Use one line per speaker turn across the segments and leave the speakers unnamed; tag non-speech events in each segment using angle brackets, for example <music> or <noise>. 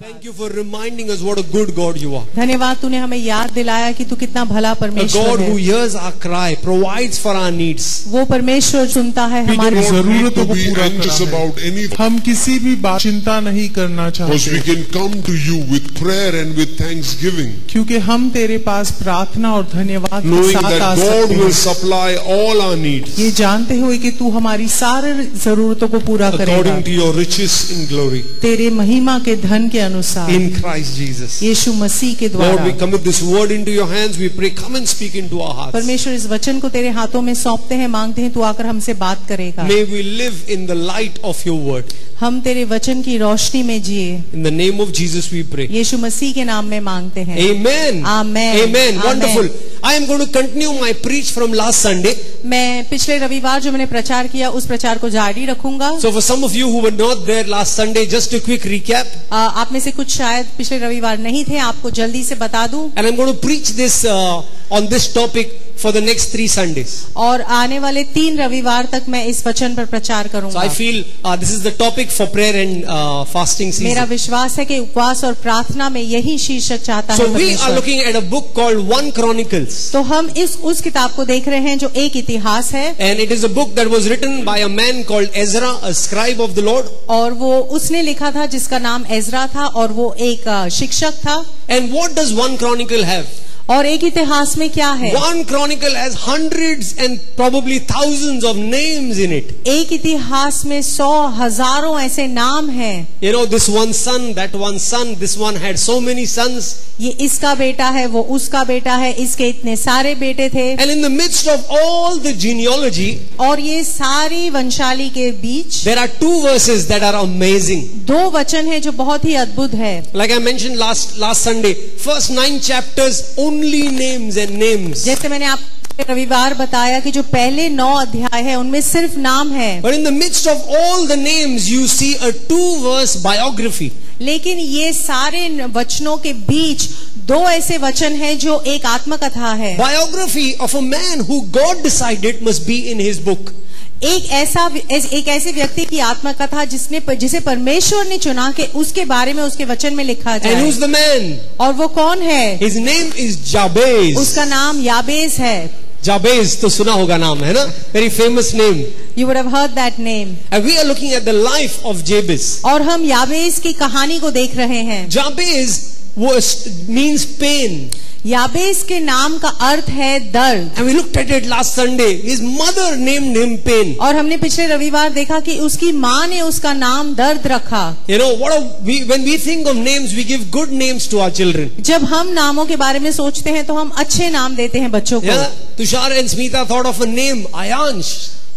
Thank you for reminding us what a good God you are.
धन्यवाद तूने हमें याद दिलाया कि तू कितना भला
A God
परमेश्वर
who
है
hears our cry, provides for our needs.
वो परमेश्वर सुनता है
We
हमारी
do not need
जरूरतों
to
को
be
पूरा
anxious
करना है।
about anything
हम किसी भी बात चिंता नहीं करना
because we
चाहते
can come to you with prayer and with thanksgiving,
क्योंकि हम तेरे पास प्रार्थना और धन्यवाद के
knowing
साथ आ
that God
सकते हैं
will supply all our needs
ये जानते हुए कि तू हमारी सारे जरूरतों को पूरा करेगा
According to your riches in glory
तेरे महिमा के धन के अनुसार
in Christ Jesus.
यीशु मसीह के
Lord,
द्वारा
we commit this word into your hands. We pray, come and speak into our hearts.
परमेश्वर इस वचन को तेरे हाथों में सौंपते हैं मांगते हैं तू आकर हमसे बात करेगा
May we live in the light of your word.
हम तेरे वचन की रोशनी में जिए
In the name of Jesus, we pray.
यीशु मसीह के नाम में मांगते हैं
Amen.
Amen.
Amen.
Amen.
Wonderful. I am going to continue my preach from last Sunday.
मैं पिछले रविवार जो मैंने प्रचार किया उस प्रचार को जारी रखूंगा
So, for some of you who were not there last Sunday, just a quick recap.
आ, आप में से कुछ शायद पिछले रविवार नहीं थे आपको जल्दी से बता दूं
And I'm going to preach this uh, on this topic for the next three Sundays.
और आने वाले तीन रविवार तक मैं इस वचन पर प्रचार
So,
करूंगा
I feel uh, this is the topic for prayer and uh, fasting
मेरा
season.
विश्वास है कि उपवास और प्रार्थना में यही शीर्षक चाहता है
So, we are
परमेश्वर।
looking at a book called One Chronicles.
तो हम इस उस किताब को देख रहे हैं जो एक इतिहास है
And it is a book that was written by a man called Ezra, a scribe of the Lord.
और वो उसने लिखा था जिसका नाम एजरा था और वो एक अ, शिक्षक था
And what does One Chronicle have?
और एक इतिहास में क्या है
One Chronicle has hundreds and probably thousands of names in it.
एक इतिहास में सौ हजारों ऐसे नाम हैं
You know, this one son, that one son, this one had so many sons.
ये इसका बेटा है वो उसका बेटा है इसके इतने सारे बेटे थे
And in the midst of all the genealogy,
और ये सारी वंशाली के बीच
there are two verses that are amazing.
दो वचन है जो बहुत ही अद्भुत है
Like I mentioned last, last Sunday, first nine chapters, only names and names.
जैसे मैंने आप रविवार बताया कि जो पहले नौ अध्याय है उनमें सिर्फ नाम है
But in the midst of all the names, you see a two verse biography.
लेकिन ये सारे न- वचनों के बीच दो ऐसे वचन हैं जो एक आत्मकथा है
Biography of a man who God decided must be in his book.
एक ऐसा ऐस- एक ऐसे व्यक्ति की आत्मकथा जिसने प- जिसे परमेश्वर ने चुना के उसके बारे में उसके वचन में लिखा
And
जाए
who's the man?
और वो कौन है
His name is Jabez.
उसका नाम याबेस है
Jabez तो सुना होगा नाम है ना? Very famous name.
You would have heard that name
And we are looking at the life of Jabez.
और हम याबेस की कहानी को देख रहे हैं
Jabez was means pain.
याबेस के नाम का अर्थ है दर्द
And we looked at it last Sunday. His mother named him pain.
और हमने पिछले रविवार देखा कि उसकी माँ ने उसका नाम दर्द रखा
You know, what a, we, when we think of names, we give good names to our children.
जब हम नामों के बारे में सोचते हैं तो हम अच्छे नाम देते हैं बच्चों को
Yeah? Tushar and Smita thought of a name, Ayansh,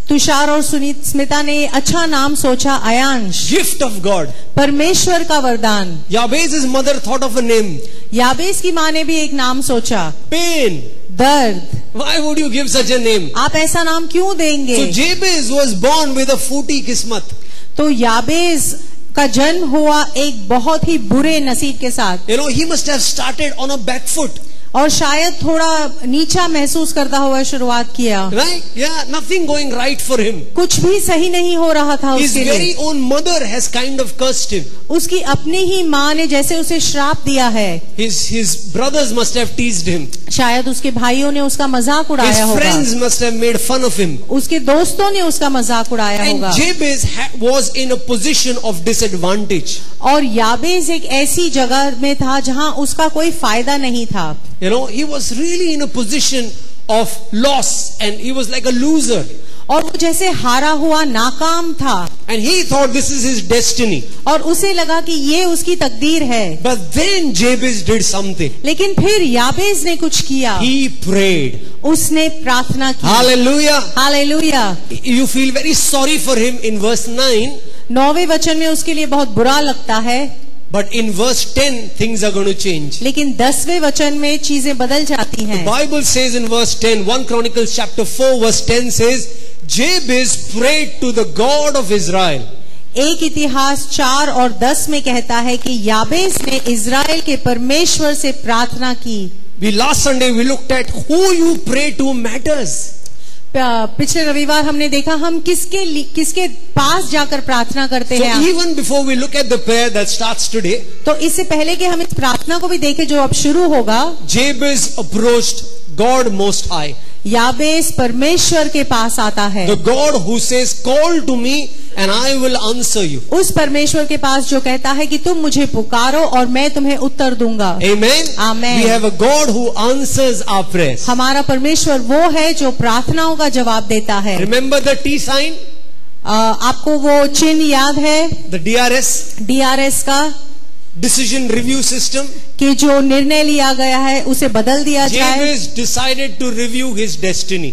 Tushar और सुनीत स्मिता ने अच्छा नाम सोचा अयांश
gift of God.
परमेश्वर का वरदान
Jabez's mother thought of a name,
याबेस की माँ ने भी एक नाम सोचा
pain.
दर्द
Why would you give such a name?
आप ऐसा नाम क्यों
So
देंगे
Jabez was born with a footy kismat.
तो याबेस का जन्म हुआ एक बहुत ही बुरे नसीब के साथ
You know, he must have started on a back foot.
और शायद थोड़ा नीचा महसूस करता हुआ शुरुआत किया
Right? Yeah, nothing going right for him.
कुछ भी सही नहीं हो रहा था
His
उसके
very
लिए
own mother has kind of cursed him.
उसकी अपनी ही माँ ने जैसे उसे श्राप दिया है
His his brothers must have teased him.
शायद उसके भाइयों ने उसका मजाक
His
उड़ाया होगा
friends must have made fun of him.
उसके दोस्तों ने उसका मजाक उड़ाया
And
होगा
Jabez ha- was in a position of disadvantage.
और याबेज एक ऐसी जगह में था जहाँ उसका कोई फायदा नहीं था
You know, he was really in a position of loss and he was like a loser.
और वो जैसे हारा हुआ नाकाम था
And he thought this is his destiny.
और उसे लगा कि ये उसकी तकदीर है
But then Jabez did something.
लेकिन फिर याबेज ने कुछ किया
He prayed.
उसने प्रार्थना की
Hallelujah.
Hallelujah
You feel very sorry for him in verse 9.
नौवे वचन में उसके लिए बहुत बुरा लगता है
But in verse 10, things are going to change.
लेकिन दसवें वचन में चीजें बदल जाती हैं
Bible says in verse 10, 1 Chronicles chapter 4 verse 10 says, Jabez prayed to the God of Israel.
एक इतिहास चार और दस में कहता है कि याबेस ने इज़राइल के परमेश्वर से प्रार्थना की
We last Sunday we looked at who you pray to matters.
प- पिछले रविवार हमने देखा हम किसके लि- किसके पास जाकर प्रार्थना करते
So
हैं आप।
even before we look at the prayer that starts today,
तो इससे पहले कि हम इस प्रार्थना को भी देखें जो अब शुरू होगा
Jabez approached God Most High,
याबेस परमेश्वर के पास आता है
the God who says, Call to me and I will answer you.
उस परमेश्वर के पास जो कहता है कि तुम मुझे पुकारो और मैं तुम्हें उत्तर दूंगा
Amen.
Amen.
We have a God who answers our prayers.
हमारा परमेश्वर वो है जो प्रार्थनाओं का जवाब देता है
Remember the T sign,
अ, आपको वो चिन्ह याद है
the DRS,
डीआरएस का
decision review system.
कि जो निर्णय लिया गया है उसे बदल दिया जाए
Jabez decided to review his destiny.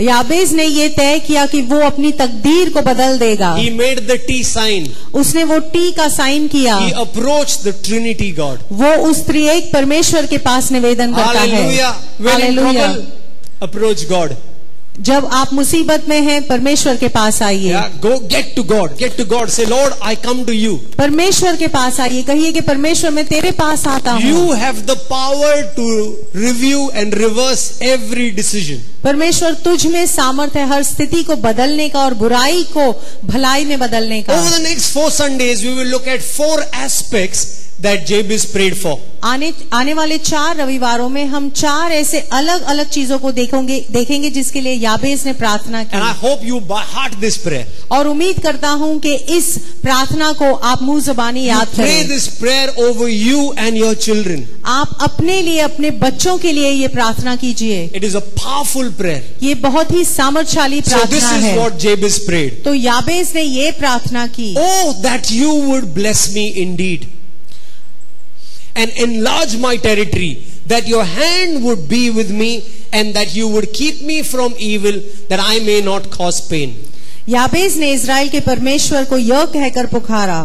याबेज ने ये तय किया कि वो अपनी तकदीर को बदल देगा
He made the T sign.
उसने वो टी का साइन किया
He approached the Trinity God.
वो उस त्रिएक परमेश्वर के पास निवेदन करता है
Hallelujah. When in
Hallelujah.
trouble, approach God.
जब आप मुसीबत में हैं परमेश्वर के पास आइए
Yeah, go get to God. Get to God. Say, Lord, I come to you.
परमेश्वर के पास आइए कहिए कि परमेश्वर मैं तेरे पास आता हूँ
You have the power to review and reverse every decision.
परमेश्वर तुझ में सामर्थ है हर स्थिति को बदलने का और बुराई को भलाई में बदलने का
Over the next four Sundays, we will look at four aspects that Jabez prayed for.
आने आने वाले चार रविवारों में हम चार ऐसे अलग अलग चीजों को देखोगे देखेंगे जिसके लिए याबेस ने प्रार्थना
And I
की
hope you by heart this prayer.
और उम्मीद करता हूं कि इस प्रार्थना को आप मुंह जबानी
You
याद
pray
करें
this prayer over you and your children.
आप अपने लिए अपने बच्चों के लिए ये प्रार्थना कीजिए
It is a powerful prayer.
ये बहुत ही सामर्थशाली
So this
प्रार्थना
is
है
what Jabez prayed.
तो याबेस ने ये प्रार्थना की
Oh, that you would bless me indeed and enlarge my territory, that your hand would be with me and that you would keep me from evil, that I may not cause pain.
याबेज ने Israel के परमेश्वर को यह कहकर पुकारा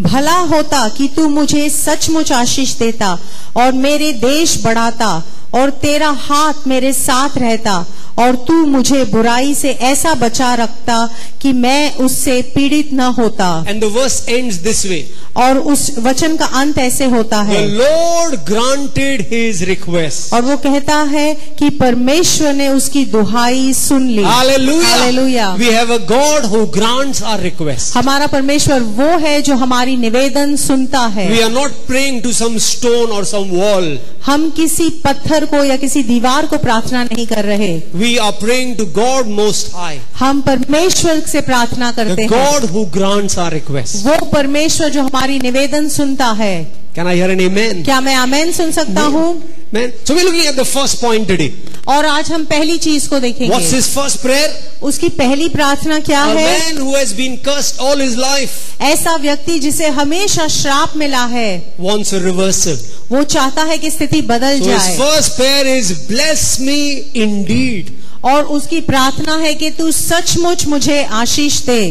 भला होता कि तू मुझे सचमुच आशीष देता और मेरे देश बढ़ाता और तेरा हाथ मेरे साथ रहता और तू मुझे बुराई से ऐसा बचा रखता कि मैं उससे पीड़ित न होता
And the verse ends this way
और उस वचन का अंत ऐसे होता है
The Lord granted his request.
और वो कहता है कि परमेश्वर ने उसकी दुहाई सुन ली
Hallelujah.
Hallelujah
We have a God who grants our request.
हमारा परमेश्वर वो है जो हमारी निवेदन सुनता है
We are not praying to some stone or some wall.
हम किसी पत्थर को या किसी दीवार को प्रार्थना नहीं कर रहे
We are praying to God Most High,
हम परमेश्वर से प्रार्थना करते
the
हैं
God who grants our request.
वो परमेश्वर जो हमारी निवेदन सुनता है
Can I hear an amen?
क्या मैं आमेन सुन सकता हूँ
Amen. So we're looking at the first point today.
और आज हम पहली चीज को
What's
देखेंगे
his first prayer?
उसकी पहली प्रार्थना क्या
A
है
man who has been cursed all his life
ऐसा व्यक्ति जिसे हमेशा श्राप मिला है
wants a reversal.
वो चाहता है कि स्थिति बदल
So his
जाए
first prayer is, Bless me indeed.
और उसकी प्रार्थना है कि तू सचमुच मुझे आशीष दे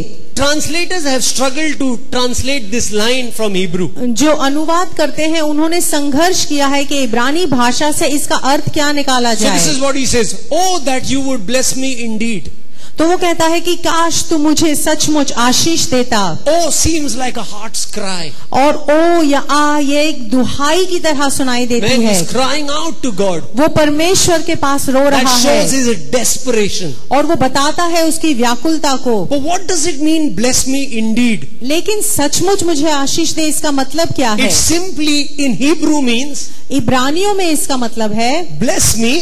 Translators have struggled to translate this line from Hebrew.
जो अनुवाद करते हैं उन्होंने संघर्ष किया है कि इब्रानी भाषा से इसका अर्थ क्या निकाला
So this is
जाए
what he says Oh, that you would bless me indeed.
तो वो कहता है कि काश तू मुझे सचमुच आशीष देता
Oh seems like a heart's cry.
और ओ या आ ये एक दुहाई की तरह सुनाई
Man,
देती है
he's crying out to God.
वो परमेश्वर के पास रो
That
रहा
shows
है
his desperation.
और वो बताता है उसकी व्याकुलता को
But what does it mean, bless me indeed?
लेकिन सचमुच मुझे आशीष दे इसका मतलब क्या है
It simply in Hebrew means
इब्रानियों में इसका मतलब है
bless me,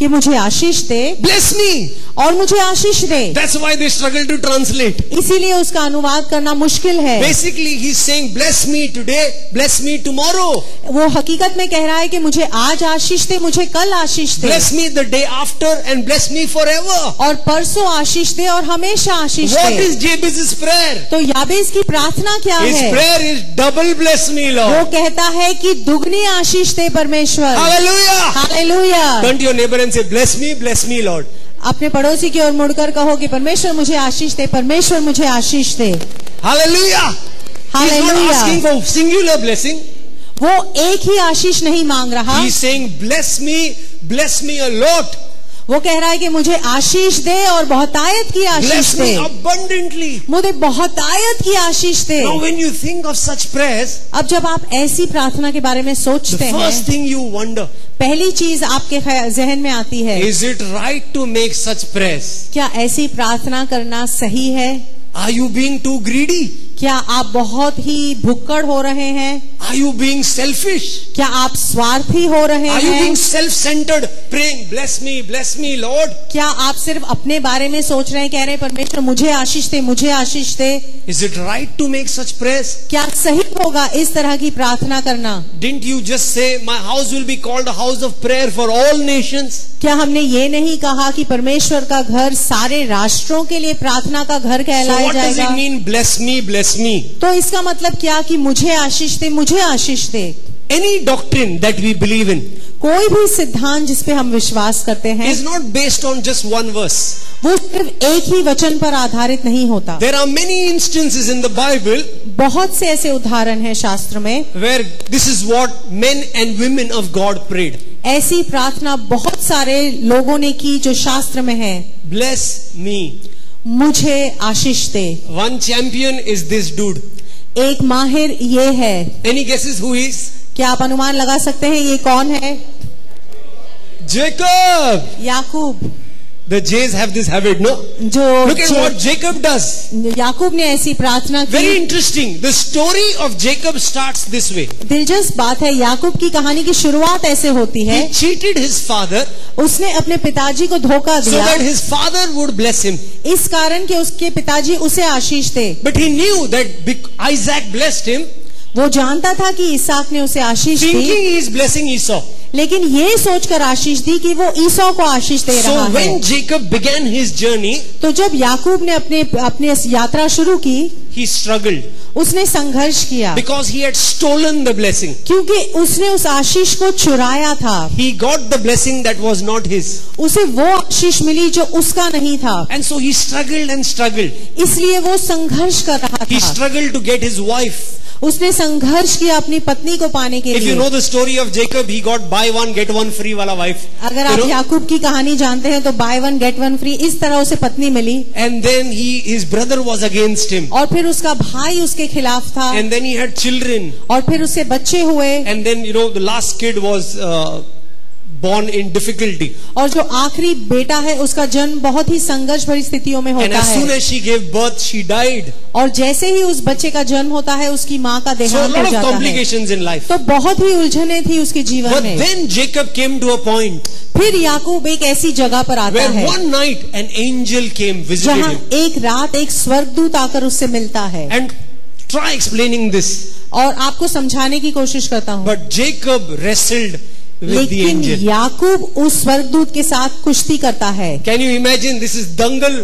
कि मुझे आशीष दे
bless me.
और muझhe आशीष दे
That's why they struggle to translate.
इसीलिए उसका अनुवाद करना मुश्किल है
Basically, he's saying, bless me today, bless me tomorrow,
वो हकीकत में कह रहा है कि मुझे आज आशीष दे मुझे कल आशीष दे
bless me the day after, and bless me forever.
और परसों आशीष दे और हमेशा आशीष
What
they
is Jabez's prayer?
तो याबेस की प्रार्थना क्या
His
है
prayer is double bless me,
वो
Lord.
कहता है कि दुगनी आशीष दे परमेश्वर
Hallelujah.
Hallelujah
Turn to your neighbor and say, bless me, bless me, Lord.
अपने पड़ोसी की ओर मुड़कर कहो कि परमेश्वर मुझे आशीष दे परमेश्वर मुझे आशीष दे
Hallelujah. He's not
Hallelujah.
asking for singular blessing.
वो एक ही आशीष नहीं मांग रहा
He's saying, bless me, bless me a lot,
वो कह रहा है कि मुझे आशीष दे और बहुतायत की आशीष
bless
दे
me abundantly.
मुझे बहुतायत की आशीष दे
Now, when you think of such prayers,
अब जब आप ऐसी प्रार्थना के बारे में
the
सोचते हैं
first thing you wonder,
पहली चीज आपके ख्या- जहन में आती है
Is it right to make such prayers?
क्या ऐसी प्रार्थना करना सही है
Are you being too greedy?
क्या आप बहुत ही भुक्कड़ हो रहे हैं
Are you being selfish?
क्या आप स्वार्थी हो रहे
Are you
हैं
being self-centered? Praying, bless me, bless me, Lord.
क्या आप सिर्फ अपने बारे में सोच रहे हैं कह रहे हैं परमेश्वर मुझे आशीष दे मुझे आशीष दे
Is it right to make such prayers?
क्या सही होगा इस तरह की प्रार्थना करना
Didn't you just say, My house will be called a house of prayer for all nations?
क्या हमने ये नहीं कहा कि परमेश्वर का घर सारे राष्ट्रों के लिए प्रार्थना का घर
So,
कहलाया
what does it
जाएगा
mean, bless me, bless me?
तो इसका मतलब क्या कि मुझे आशीष दे मुझे आशीष दे
Any doctrine that we believe in
कोई भी सिद्धांत जिसपे हम विश्वास करते हैं
is not based on just one verse.
वो सिर्फ एक ही वचन पर आधारित नहीं होता
There are many instances in the Bible
बहुत से ऐसे उदाहरण हैं शास्त्र में
where this is what men and women of God prayed.
ऐसी प्रार्थना बहुत सारे लोगों ने की जो शास्त्र में है
Bless me.
मुझे आशीष दे
One champion is this dude.
एक माहिर ये है
Any guesses who he is?
क्या आप अनुमान लगा सकते हैं ये कौन है
Jacob.
याकूब
The Jays have this habit, no?
जो
Look at what Jacob does.
याकूब ने ऐसी प्रार्थना
Very
की
interesting. The story of Jacob starts this way.
दिलचस्प बात है याकूब की कहानी की शुरुआत ऐसे होती है
He cheated his father
उसने अपने पिताजी को धोखा
so
दिया
that his father would bless him.
इस कारण कि उसके पिताजी उसे आशीष दे
But he knew that bec- Isaac blessed him,
वो जानता था कि इसाक ने उसे आशीष
thinking
the
he is blessing Esau.
लेकिन ये सोचकर आशीष दी कि वो ईसो को आशीष दे रहा
So
है
when Jacob began his journey,
तो जब याकूब ने अपने अपनी इस यात्रा शुरू की
he struggled
उसने संघर्ष किया
because he had stolen the blessing.
क्योंकि उसने उस आशीष को चुराया था
He got the blessing that was not his.
उसे वो आशीष मिली जो उसका नहीं था
And so he struggled and struggled.
इसलिए वो संघर्ष कर रहा
He
था
struggled to get his wife.
उसने संघर्ष किया अपनी पत्नी को पाने के
If you know
लिए
the story of Jacob, he got buy one, get one free wala wife.
अगर
You
आप
know?
याकूब की कहानी जानते हैं तो buy one get one free इस तरह उसे पत्नी मिली
And then he, his brother was against him.
और फिर उसका भाई उसके खिलाफ था
And then he had children.
और फिर उसके बच्चे हुए
And then, you know, the last kid was uh, born in difficulty.
और जो आखिरी बेटा है उसका जन्म बहुत ही संघर्ष भरी स्थितियों में
And
होता
as soon
है
as she gave birth, she died.
और जैसे ही उस बच्चे का जन्म होता है उसकी माँ
So
का
a
देहांत हो
lot of
जाता है
complications in life.
तो बहुत ही उलझने थी उसके
But
जीवन में
then Jacob came to a point
फिर याकूब एक ऐसी जगह पर आता
where
है
one night an angel came, visited
जहाँ
him.
एक रात एक स्वर्गदूत आकर उससे मिलता है
And try explaining this.
और आपको समझाने की कोशिश करता हूँ
But Jacob wrestled with the
लेकिन
angel.
याकूब उस स्वर्गदूत के साथ कुश्ती करता है
Can you imagine? This is Dangal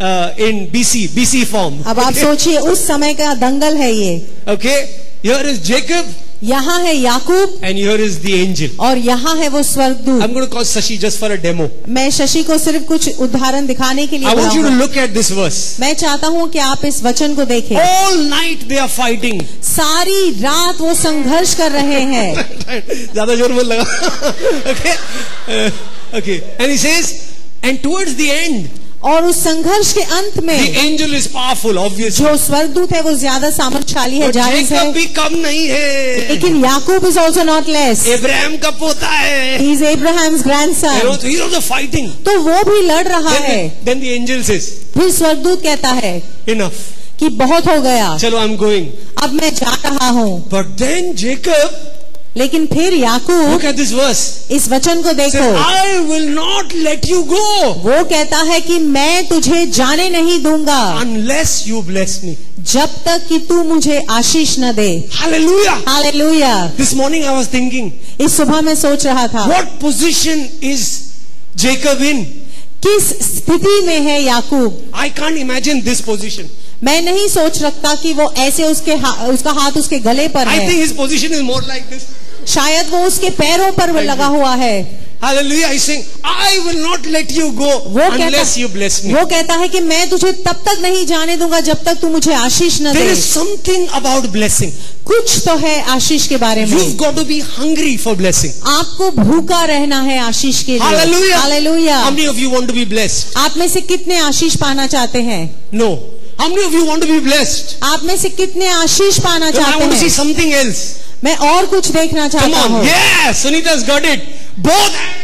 uh, in BC, BC form.
अब आप सोचिए उस समय का दंगल है ये
Okay, here is Jacob
यहाँ है याकूब
and here is the angel.
और यहाँ है वो स्वर्गदूत
I'm going to call Sashi just for a demo.
मैं शशि को सिर्फ कुछ उदाहरण दिखाने के लिए
I want you to
बुलाऊंगा।
look at this verse.
मैं चाहता हूँ कि आप इस वचन को देखें
All night they are fighting.
सारी रात वो संघर्ष कर रहे हैं
ज्यादा जोर मत लगा okay Uh, okay and he says and towards the end
और उस संघर्ष के अंत
the
में
angel is powerful obviously
जो स्वर्गदूत है वो ज्यादा सामर्थशाली है
और
जायज
जेकब
है
भी कम नहीं है
लेकिन याकूब इज ऑल्सो नॉट लेस
इब्राहिम का पोता है
is Abraham's
You know,
grandson
so he's also fighting
तो वो भी लड़ रहा है
then, then the angel says
फिर स्वर्गदूत कहता है
enough
कि बहुत हो गया
चलो I'm going
अब मैं जा रहा हूँ
but then Jacob
लेकिन फिर
look
Yakub
at this verse
इस वचन को देखो
says I will not let you go
वो कहता है कि मैं तुझे जाने नहीं दूंगा
unless you bless me
जब तक कि तू मुझे आशीष न दे
hallelujah
हालेलुया
this morning I was thinking
इस सुबह मैं सोच रहा था
What position is Jacob in?
किस स्थिति में है याकूब
I can't imagine this position.
मैं नहीं सोच रखता कि वो ऐसे उसके हा, उसका हाथ उसके गले पर
I think
है
his position is more like this.
शायद वो उसके पैरों पर लगा हुआ है
Hallelujah. He's saying, I will not let you go
वो
unless you bless me.
कहता वो कहता है कि मैं तुझे तब तक नहीं जाने दूंगा जब तक तू मुझे आशीष न
There
they
is something about blessing.
Hmm. कुछ तो है आशीष के बारे
You've
में
got to be hungry for blessing.
आपको भूखा रहना है आशीष के लिए
Hallelujah.
हालेलुया
How many of you want to be blessed?
आप में से कितने आशीष पाना चाहते हैं
No. How many of you want to be blessed?
आप में से कितने आशीष पाना
Then I
चाहते
want to see
हैं
something else.
मैं और कुछ देखना
Come
चाहता
on.
हूँ
Yeah. Sunita's got it. Both hands.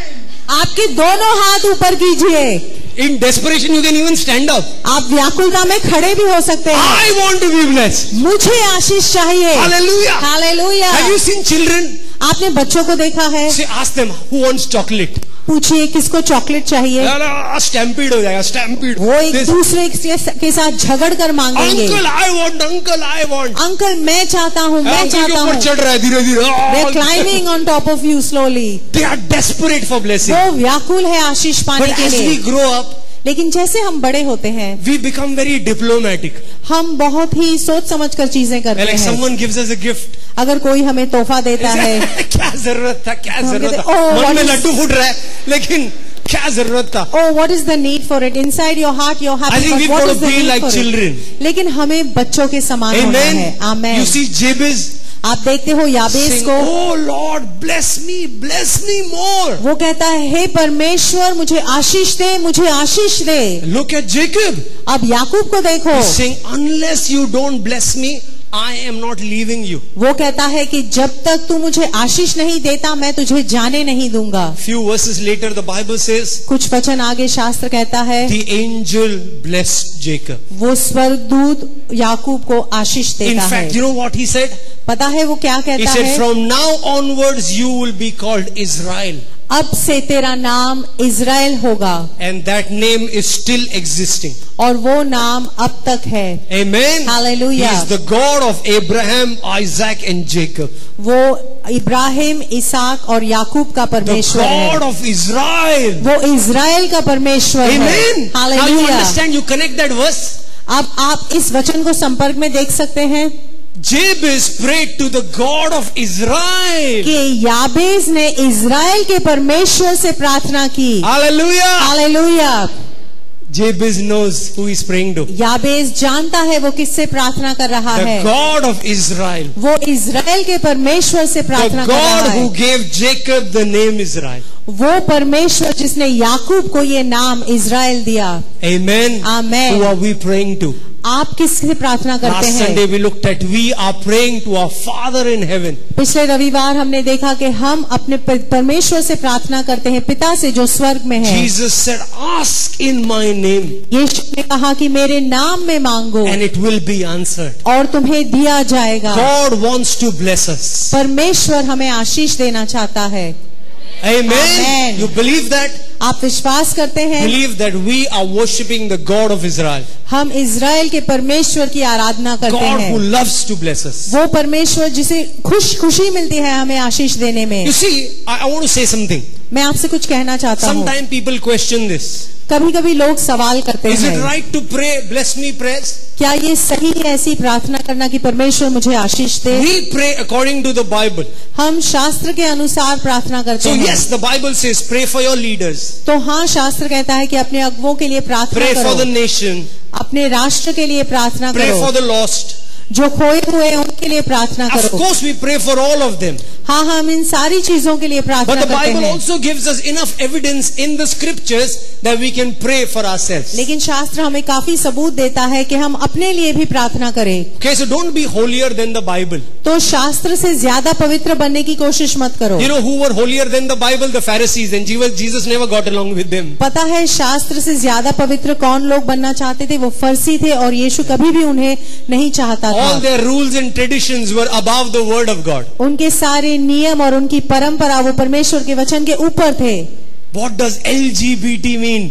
आपके दोनों हाथ ऊपर कीजिए
In desperation, you can even stand up.
आप व्याकुलता में खड़े भी हो सकते हैं
I want to be blessed.
मुझे आशीष चाहिए
Hallelujah.
Hallelujah
Have you seen children?
आपने बच्चों को देखा है
Say, ask them who wants chocolate.
पूछिए किसको चॉकलेट चाहिए
Yeah, stampede हो जाएगा stampede.
वो एक
This,
दूसरे के- के साथ झगड़ कर मांगेंगे
uncle, I want. Uncle, I want.
Uncle मैं चाहता हूँ मैं
Uncle के
चाहता
ऊपर
हूँ
चढ़ रहा है ah, धीरे
They're
धीरे.
climbing on top of you slowly.
They are desperate for blessing.
वो व्याकुल है आशीष पाने
But
के
as we
लिए
grow up,
लेकिन जैसे हम बड़े होते हैं
we become very diplomatic.
हम बहुत ही सोच समझ कर चीजें करते
Like
हैं
someone gives us a gift.
अगर कोई हमें तोहफा देता है
<laughs> क्या जरूरत था क्या
हम
जरूरत
कहते
था
हैं, "Oh,
मन
what
में
is-
लड्डू फूट रहा है लेकिन क्या जरूरत था
oh what is the need for it inside your heart your
I think we've got to be like children.
Heart लेकिन हमें बच्चों के समान होना है
Amen.
आमेन
You see Jabez
आप देखते हो याबेस
saying,
को
Oh Lord, bless me, bless me more.
वो कहता है हे परमेश्वर मुझे आशीष दे मुझे आशीष दे
Look at Jacob.
अब याकूब को देखो
He's saying, unless you don't bless me, I am not leaving you.
वो कहता है कि जब तक तू मुझे आशीष नहीं देता मैं तुझे जाने नहीं दूंगा
Few verses later, the Bible says,
कुछ वचन आगे शास्त्र कहता है
the angel blessed Jacob.
वो स्वर्गदूत याकूब को आशीष
In
देता
fact, you
है
know what he said?
पता है वो क्या
He
कहता
said,
है
from now onwards, you will be called Israel.
अब से तेरा नाम इज़राइल होगा
And that name is still existing.
और वो नाम अब तक है
Amen.
Hallelujah.
He is the God of Abraham, Isaac, and Jacob.
वो इब्राहिम इसहाक और याकूब का
The
परमेश्वर है
God of Israel.
वो इज़राइल का परमेश्वर है
Amen. Now you
hallelujah
understand, you connect that verse.
अब आप इस वचन को संपर्क में देख सकते हैं
Jabez prayed to the God of Israel.
कि याबेज ने इज़राइल के परमेश्वर से प्रार्थना की
Hallelujah.
Hallelujah
Jabez knows who he's praying to.
याबेज जानता है वो किससे प्रार्थना कर रहा
The
है
God of Israel.
वो इज़राइल के परमेश्वर से
The
प्रार्थना कर रहा
God who
है
gave Jacob the name Israel.
वो परमेश्वर जिसने याकूब को ये नाम इज़राइल दिया
Amen.
Amen.
Who are we praying to?
आप किससे प्रार्थना करते
Last Sunday
हैं
we looked at we are praying to our Father in heaven.
पिछले रविवार हमने देखा कि हम अपने प- परमेश्वर से प्रार्थना करते हैं पिता से जो स्वर्ग में है
Jesus said, Ask in my name
यीशु ने कहा कि मेरे नाम में मांगो
and it will be answered.
और तुम्हें दिया जाएगा
God wants to bless us.
परमेश्वर हमें आशीष देना चाहता है
Amen.
Amen.
You believe that?
आप विश्वास करते हैं
Believe that we are worshipping the God of Israel.
हम इज़राइल के परमेश्वर की आराधना करते
God who
हैं
loves to bless us.
वो परमेश्वर जिसे खुश खुशी मिलती है हमें आशीष देने में
You see, I, I want to say something.
मैं आपसे कुछ कहना चाहता हूँ
Sometimes people question this.
कभी कभी लोग सवाल करते
Is it
हैं
right to pray, bless me prayers?
क्या ये सही है ऐसी प्रार्थना करना कि परमेश्वर मुझे आशीष दे
We pray according to the Bible.
हम शास्त्र के अनुसार प्रार्थना करते
So
हैं
yes, the Bible says pray for your leaders,
तो हाँ शास्त्र कहता है कि अपने अगुओं के लिए प्रार्थना
pray for the
करो
nation,
अपने राष्ट्र के लिए प्रार्थना
pray for
करो
the lost.
जो खोए हुए हैं उनके लिए प्रार्थना
Of
करो
course we pray for all of them.
हाँ हम इन सारी चीजों के लिए
But
प्रार्थना
the
करते
Bible
हैं
also gives us enough evidence in the scriptures that we can pray for ourselves.
लेकिन शास्त्र हमें काफी सबूत देता है कि हम अपने लिए भी प्रार्थना करें
Okay, so don't be holier than the Bible.
तो शास्त्र से ज्यादा पवित्र बनने की कोशिश मत करो
You know who were holier than the Bible? The Pharisees, and Jesus Jesus never got along with them.
पता है शास्त्र से ज्यादा पवित्र कौन लोग बनना चाहते थे वो फर्सी थे और यीशु कभी भी उन्हें नहीं चाहता
All
था
their rules and traditions were above the word of God.
उनके सारे नियम और उनकी परंपरा वो परमेश्वर के वचन के ऊपर थे
What does LGBT mean?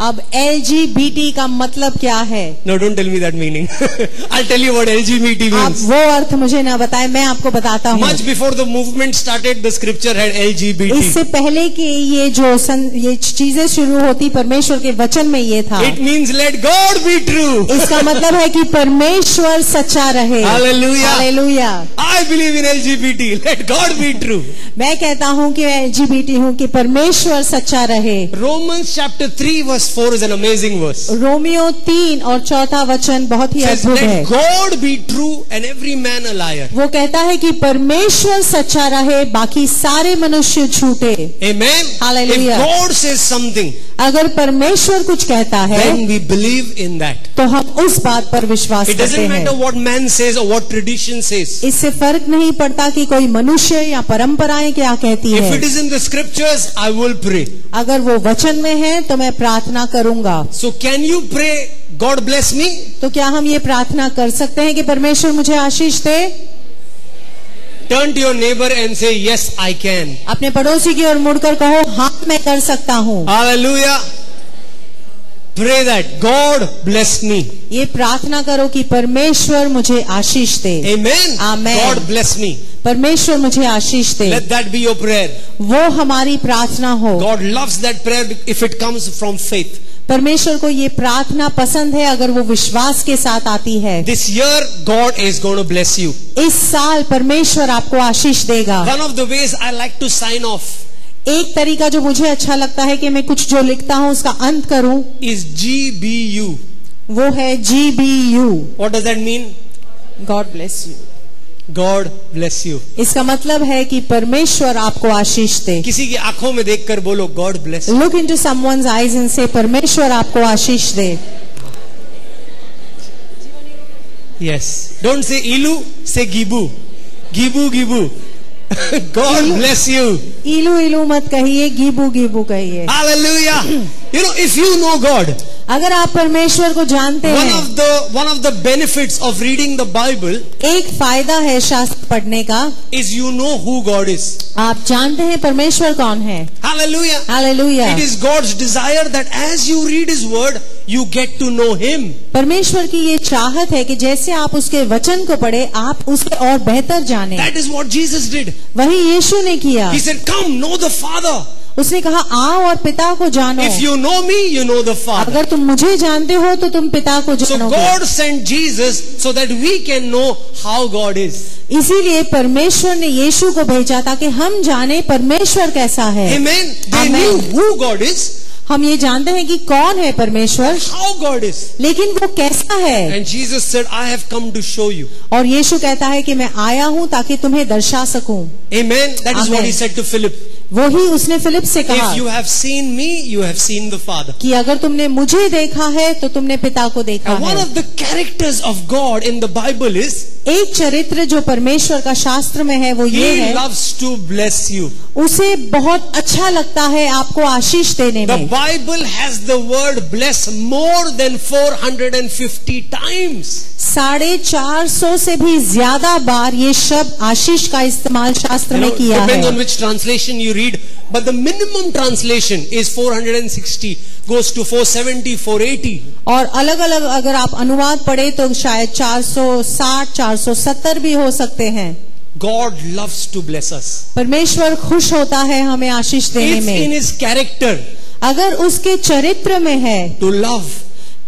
अब एल का मतलब क्या है
No, don't tell me that meaning. <laughs> I'll tell you what LGBT
आप
means.
वो अर्थ मुझे ना बताएं मैं आपको बताता हूँ
Much before the movement started, the scripture had LGBT.
इससे पहले कि ये जो सन, ये चीजें शुरू होती परमेश्वर के वचन में ये था
It means let God be true.
इसका मतलब है कि परमेश्वर सच्चा रहे
Hallelujah.
Hallelujah
I believe in LGBT. <laughs> Let God be true.
मैं कहता हूँ कि मैं एलजीबीटी हूँ कि परमेश्वर सच्चा रहे
Romans chapter 3 verse 4 is an amazing verse.
रोमियो तीन और चौथा वचन बहुत ही
It says,
अद्भुत है
let God be true and every man a liar.
वो कहता है कि परमेश्वर सच्चा रहे बाकी सारे मनुष्य झूठे
Amen.
Hallelujah.
If God says something,
अगर परमेश्वर कुछ कहता है
then we believe in that.
तो हम उस बात पर विश्वास
It
करते
doesn't matter
हैं
what man says or what tradition says.
इससे फर्क नहीं पड़ता कि कोई मनुष्य या परंपराएं क्या कहती
If it
है
is in the scriptures, I will pray.
अगर वो वचन में है तो मैं प्रार्थना करूंगा
So can you pray, God bless me?
तो क्या हम ये प्रार्थना कर सकते हैं कि परमेश्वर मुझे आशीष दे
Turn to your neighbor and say, yes, I can.
अपने पड़ोसी की ओर मुड़कर कहो हाँ मैं कर सकता हूँ
Hallelujah. Pray that God bless me.
ये प्रार्थना करो कि परमेश्वर मुझे आशीष दे
Amen.
Amen.
God bless me.
परमेश्वर मुझे आशीष दे
Let that be your prayer.
वो हमारी प्रार्थना हो
God loves that prayer if it comes from faith.
परमेश्वर को ये प्रार्थना पसंद है अगर वो विश्वास के साथ आती है
This year, God is going to bless you.
इस साल परमेश्वर आपको आशीष देगा
One of the ways I like to sign off
एक तरीका जो मुझे अच्छा लगता है कि मैं कुछ जो लिखता हूँ उसका अंत करूँ
is GBU.
वो है G B U
What does that mean?
God bless you
God bless you.
इसका मतलब है कि परमेश्वर आपको आशीष दे
किसी की आंखों में देखकर बोलो God bless you.
Look into someone's eyes इन से परमेश्वर आपको आशीष दे
Yes. Don't say Ilu, say Gibu. Gibu, Gibu. <laughs> God bless you.
इलू इलू मत कहिए गीबू गीबू कहिए
Hallelujah. You know, if you know God,
अगर आप परमेश्वर को जानते
one
हैं
of the one of the benefits of reading the Bible
एक फायदा है शास्त्र पढ़ने का
is you know who God is.
आप जानते हैं परमेश्वर कौन है
Hallelujah.
Hallelujah
It is God's desire that as you read His Word, you get to know Him.
परमेश्वर की ये चाहत है कि जैसे आप उसके वचन को पढ़े आप उसे और बेहतर जाने
That is what Jesus did.
वही यीशु ने किया
He said, Come, know the Father.
उसने कहा आओ और पिता को जानो
If you know me, you know the Father.
अगर तुम मुझे जानते हो तो तुम पिता को
So
जानोगे
God sent Jesus so that we can know how God is.
इसीलिए परमेश्वर ने यीशु को भेजा ताकि हम जाने परमेश्वर कैसा है
Amen. They
Amen.
knew who God is,
हम ये जानते हैं कि कौन है परमेश्वर
how God is.
लेकिन वो कैसा है
And Jesus said, I have come to show you.
और यीशु कहता है कि मैं आया हूँ ताकि तुम्हें दर्शा सकूं
Amen. That is what
Amen.
he said to Philip.
वही उसने फिलिप से कहा
If you have seen me, you have seen the Father.
कि अगर तुमने मुझे देखा है तो तुमने पिता को देखा
And one
है
of the characters of God in the Bible is
एक चरित्र जो परमेश्वर का शास्त्र में है वो ये
He
है
loves to bless you.
उसे बहुत अच्छा लगता है आपको आशीष देने
The
में
Bible has the word bless more than 450 times.
साढ़े चार सौ से भी ज्यादा बार ये शब्द आशीष का इस्तेमाल शास्त्र
You know,
में किया
depends on
है
which translation you read, but the minimum translation is 460, goes to 470, 480.
और अलग अलग अगर आप अनुवाद पढ़े तो शायद 460 470 भी हो सकते हैं
God loves to bless us.
परमेश्वर खुश होता है हमें आशीष देने
It's in
में
His character
अगर उसके चरित्र में है
to love,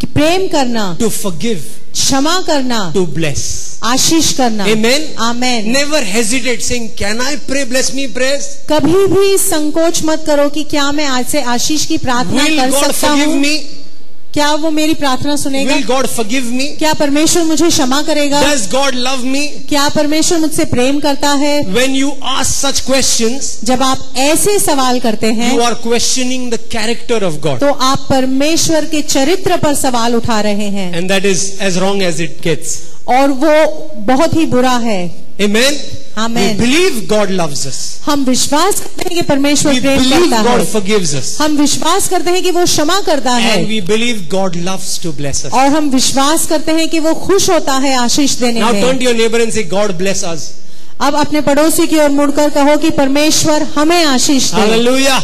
कि प्रेम करना
to forgive,
क्षमा करना
to bless.
आशीष करना
Amen.
Amen
Never hesitate saying, Can I pray? Bless me, prayers.
कभी भी संकोच मत करो कि क्या मैं आज से आशीष की प्रार्थना
Will
कर
God
सकता
forgive
हूँ
me?
क्या वो मेरी प्रार्थना सुनेगा
Will God forgive me?
क्या परमेश्वर मुझे क्षमा करेगा
Does God love me?
क्या परमेश्वर मुझसे प्रेम करता है
When you ask such questions,
जब आप ऐसे सवाल करते हैं
you are questioning the character of God.
तो आप परमेश्वर के चरित्र पर सवाल उठा रहे हैं
And that is as wrong as it gets.
और वो बहुत ही बुरा है
Amen?
Amen.
We believe God loves us.
हम विश्वास करते हैं कि
We
परमेश्वर प्रेम
believe
करता
God
है
forgives us.
हम विश्वास करते हैं कि वो क्षमा करता है
And we believe God loves to bless us.
और हम विश्वास करते हैं कि वो खुश होता है आशीष देने
Now turn
में
to your neighbor and say, God bless us.
अब अपने पड़ोसी की ओर मुड़कर कहो कि परमेश्वर हमें आशीष दे
Hallelujah.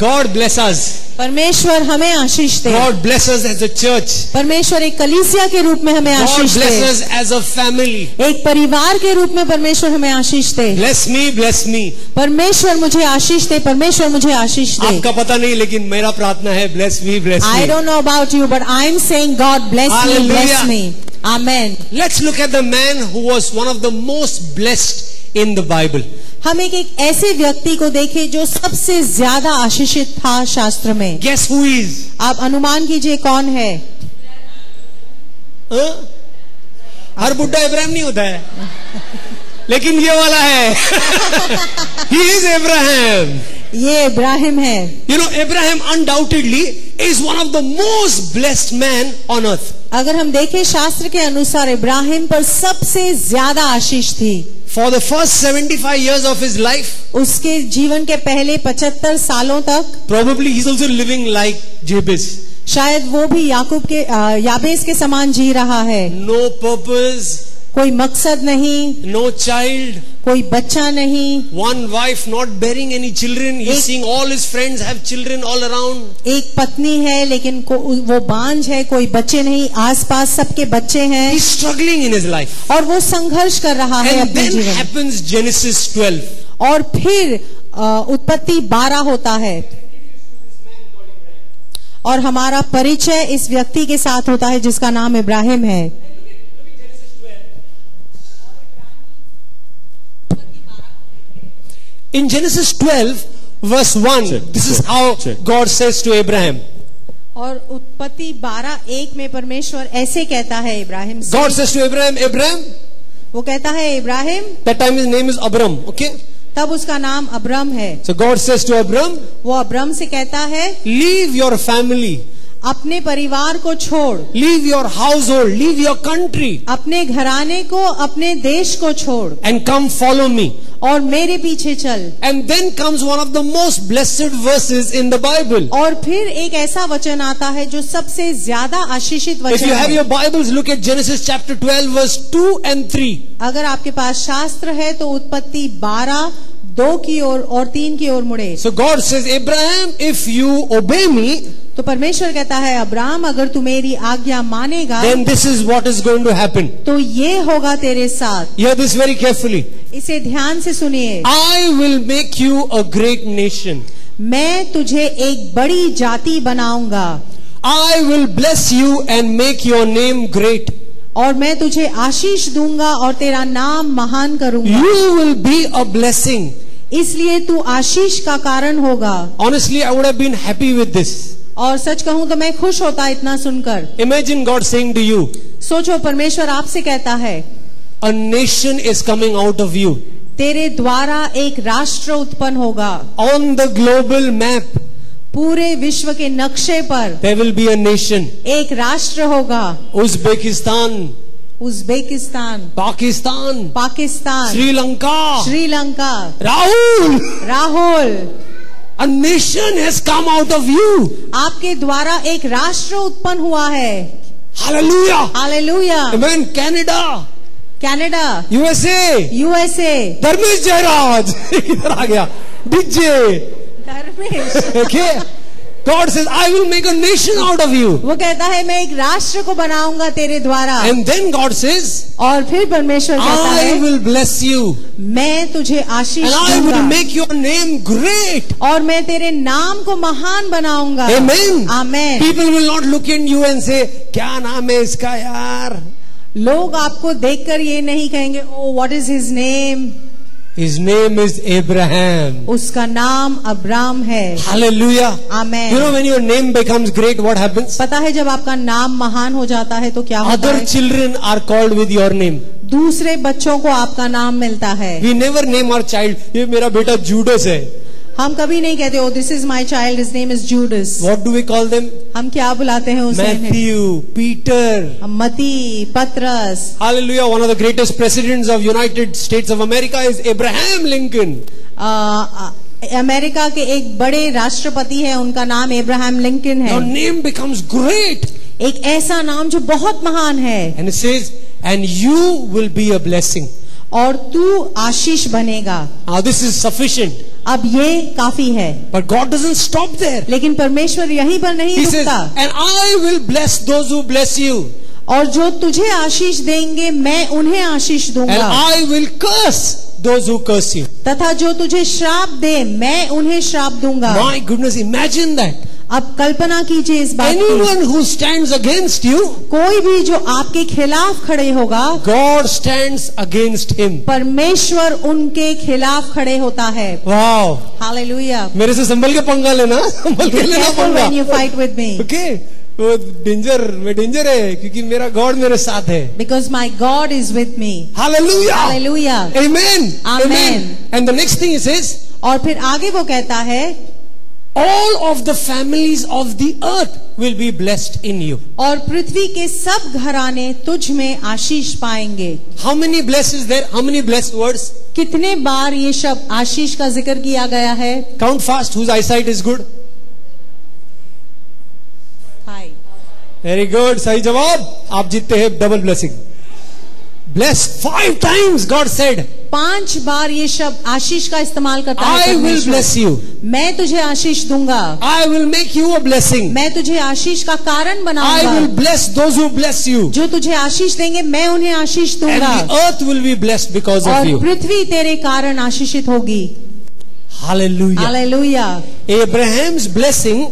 God bless us.
परमेश्वर हमें आशीष दे
God bless us as a church.
परमेश्वर एक कलीसिया के रूप में हमें
God
Ashish
bless
they
us as a family.
एक परिवार के रूप में परमेश्वर हमें आशीष दे
Bless me, bless me.
परमेश्वर मुझे आशीष दे परमेश्वर मुझे आशीष दे
आपका पता नहीं लेकिन मेरा प्रार्थना है bless me, bless
I
me.
don't know about you, but I'm saying God bless me, bless
Hallelujah.
me. Amen.
Let's look at the man who was one of the most blessed in the Bible.
हम एक एक ऐसे व्यक्ति को देखें जो सबसे ज्यादा आशीषित था शास्त्र में
Guess who he is?
आप अनुमान कीजिए कौन है
Huh? हर बुड्ढा इब्राहिम नहीं होता <laughs> है लेकिन ये वाला है ही इज इब्राहिम
ये इब्राहिम है
You know, Abraham undoubtedly is one of the most blessed man on earth.
अगर हम देखें शास्त्र के अनुसार इब्राहिम पर सबसे ज्यादा आशीष थी
For the first 75 years of his life,
उसके जीवन के पहले 75 सालों तक
probably he's also living like Jabez.
शायद वो भी याकूब के अ, याबेस के समान जी रहा है
No purpose,
कोई मकसद नहीं
no child,
कोई बच्चा नहीं
one wife, not bearing any children. He's seeing all his friends have children all around.
एक पत्नी है लेकिन को, वो बांझ है कोई बच्चे नहीं आसपास सबके बच्चे हैं
He's struggling in his life.
और वो संघर्ष कर रहा है
And
अपने
then
जीवन में।
happens Genesis 12.
और फिर अ, उत्पत्ति बारह होता है और हमारा परिचय इस व्यक्ति के साथ होता है जिसका नाम इब्राहिम है
In Genesis 12, verse 1,
Check,
this is
check,
how
check.
God says to Abraham.
और उत्पत्ति बारह एक में परमेश्वर ऐसे कहता है इब्राहिम से
God says to Abraham, Abraham,
वो कहता है Ibrahim
that time his name is Abram, okay?
तब उसका नाम अब्रम है
So God says to Abram,
वो अब्रम से कहता है
leave your family,
अपने परिवार को छोड़
leave your household, leave your country,
अपने घराने को अपने देश को छोड़
and come follow me.
और मेरे पीछे चल
And then comes one of the most blessed verses in the Bible.
और फिर एक ऐसा वचन आता है जो सबसे ज्यादा आशीषित
If
वचन
you have
है
your Bibles, look at Genesis chapter 12, verse 2 and 3.
अगर आपके पास शास्त्र है तो उत्पत्ति बारह दो की ओर और तीन की ओर मुड़े
So God says, Abraham, if you obey me,
तो परमेश्वर कहता है अब्राम अगर तू मेरी आज्ञा मानेगा
then this is what is going to happen.
तो ये होगा तेरे साथ
Hear this very carefully.
इसे ध्यान से सुनिए
I will make you a great nation.
मैं तुझे एक बड़ी जाति बनाऊंगा
I will bless you and make your name great.
और मैं तुझे आशीष दूंगा और तेरा नाम महान करूंगा
You will be a blessing.
इसलिए तू आशीष का कारण होगा
Honestly, I would have been happy with this.
और सच कहूं तो मैं खुश होता इतना सुनकर
Imagine God saying to you,
सोचो परमेश्वर आपसे कहता है
A nation is coming out of you.
तेरे द्वारा एक राष्ट्र उत्पन्न होगा
On the global map,
पूरे विश्व के नक्शे पर
there will be a nation.
एक राष्ट्र होगा
Uzbekistan,
Uzbekistan
Pakistan,
Pakistan
Sri Lanka,
Sri Lanka
Rahul,
Rahul
a nation has come out of you.
आपके द्वारा एक राष्ट्र उत्पन्न हुआ है
Hallelujah.
हालेलुया
Amen. Canada,
Canada
USA,
USA
Dharmesh Jayraj <laughs> इधर आ गया DJ
Dharmesh
okay God says i will make a nation out of you
वो कहता है मैं एक राष्ट्र को बनाऊंगा तेरे द्वारा
and then god says
और फिर परमेश्वर कहता
i
है
will bless you
मैं तुझे आशीष
and i will
दूंगा
make your name great
और मैं तेरे नाम को महान बनाऊंगा
amen
amen
people will not look in you and say क्या नाम है इसका यार
लोग आपको देखकर ये नहीं कहेंगे oh what is his name
his name is abraham
उसका नाम अब्राम है
hallelujah you know
आमेन
when your name becomes great what happens
पता है जब आपका नाम महान हो जाता है तो क्या होता
other
है
children are called with your name
दूसरे बच्चों को आपका नाम मिलता है
we never name our child ये मेरा बेटा जूडस है
हम कभी नहीं कहते "Oh, oh this is my child his name is Judas
what do we call them
हम क्या बुलाते हैं उसे
Matthew, Peter.
मती पत्रस
Hallelujah. One of the greatest presidents of United States of America is Abraham Lincoln.
अ, अ, America के एक बड़े राष्ट्रपति है उनका नाम इब्राहिम लिंकन
Your
है
name becomes great.
एक ऐसा नाम जो बहुत महान है
And it says, and you will be a blessing.
और तू आशीष बनेगा
Now this is sufficient.
अब ये काफी है
But God doesn't stop there.
लेकिन परमेश्वर यहीं पर नहीं
He says,
रुकता
and I will bless those who bless you.
और जो तुझे आशीष देंगे मैं उन्हें आशीष
And
दूंगा
I will curse those who curse you.
तथा जो तुझे श्राप दे मैं उन्हें श्राप दूंगा
My goodness, imagine that.
अब कल्पना कीजिए इस बात की
Anyone who stands against you,
कोई भी जो आपके खिलाफ खड़े होगा
God stands against him.
परमेश्वर उनके खिलाफ खड़े होता है
Wow.
हालेलुया
मेरे से संभल के पंगा लेना <laughs> संभल के लेना
Careful when you
पंगा
fight with me.
ओके वो डेंजर मैं डेंजर है क्योंकि मेरा गॉड मेरे साथ है
because my God is with me.
हालेलुया
Hallelujah.
Amen.
Amen.
And the next thing he says,
और फिर आगे वो कहता है
all of the families of the earth will be blessed in you.
और पृथ्वी के सब घराने तुझ में आशीष पाएंगे
How many blessed is there? How many blessed words?
कितने बार ये शब्द आशीष का जिक्र किया गया है
Count fast whose eyesight is good. Very good. सही जवाब आप जीतते हैं double blessing blessed five times God said
पांच बार ये शब्द आशीष का इस्तेमाल करता है
आई विल
परमेश्वर।
ब्लेस यू
मैं तुझे आशीष दूंगा
I will make you a blessing
मैं तुझे आशीष का कारण
आई विल
बनाऊंगा
bless those who bless you
जो तुझे आशीष देंगे मैं उन्हें आशीष
एंड
दूंगा
the earth will be blessed because of
और
यू
पृथ्वी तेरे कारण आशीषित होगी
हालेलुया
हालेलुया
Abraham's blessing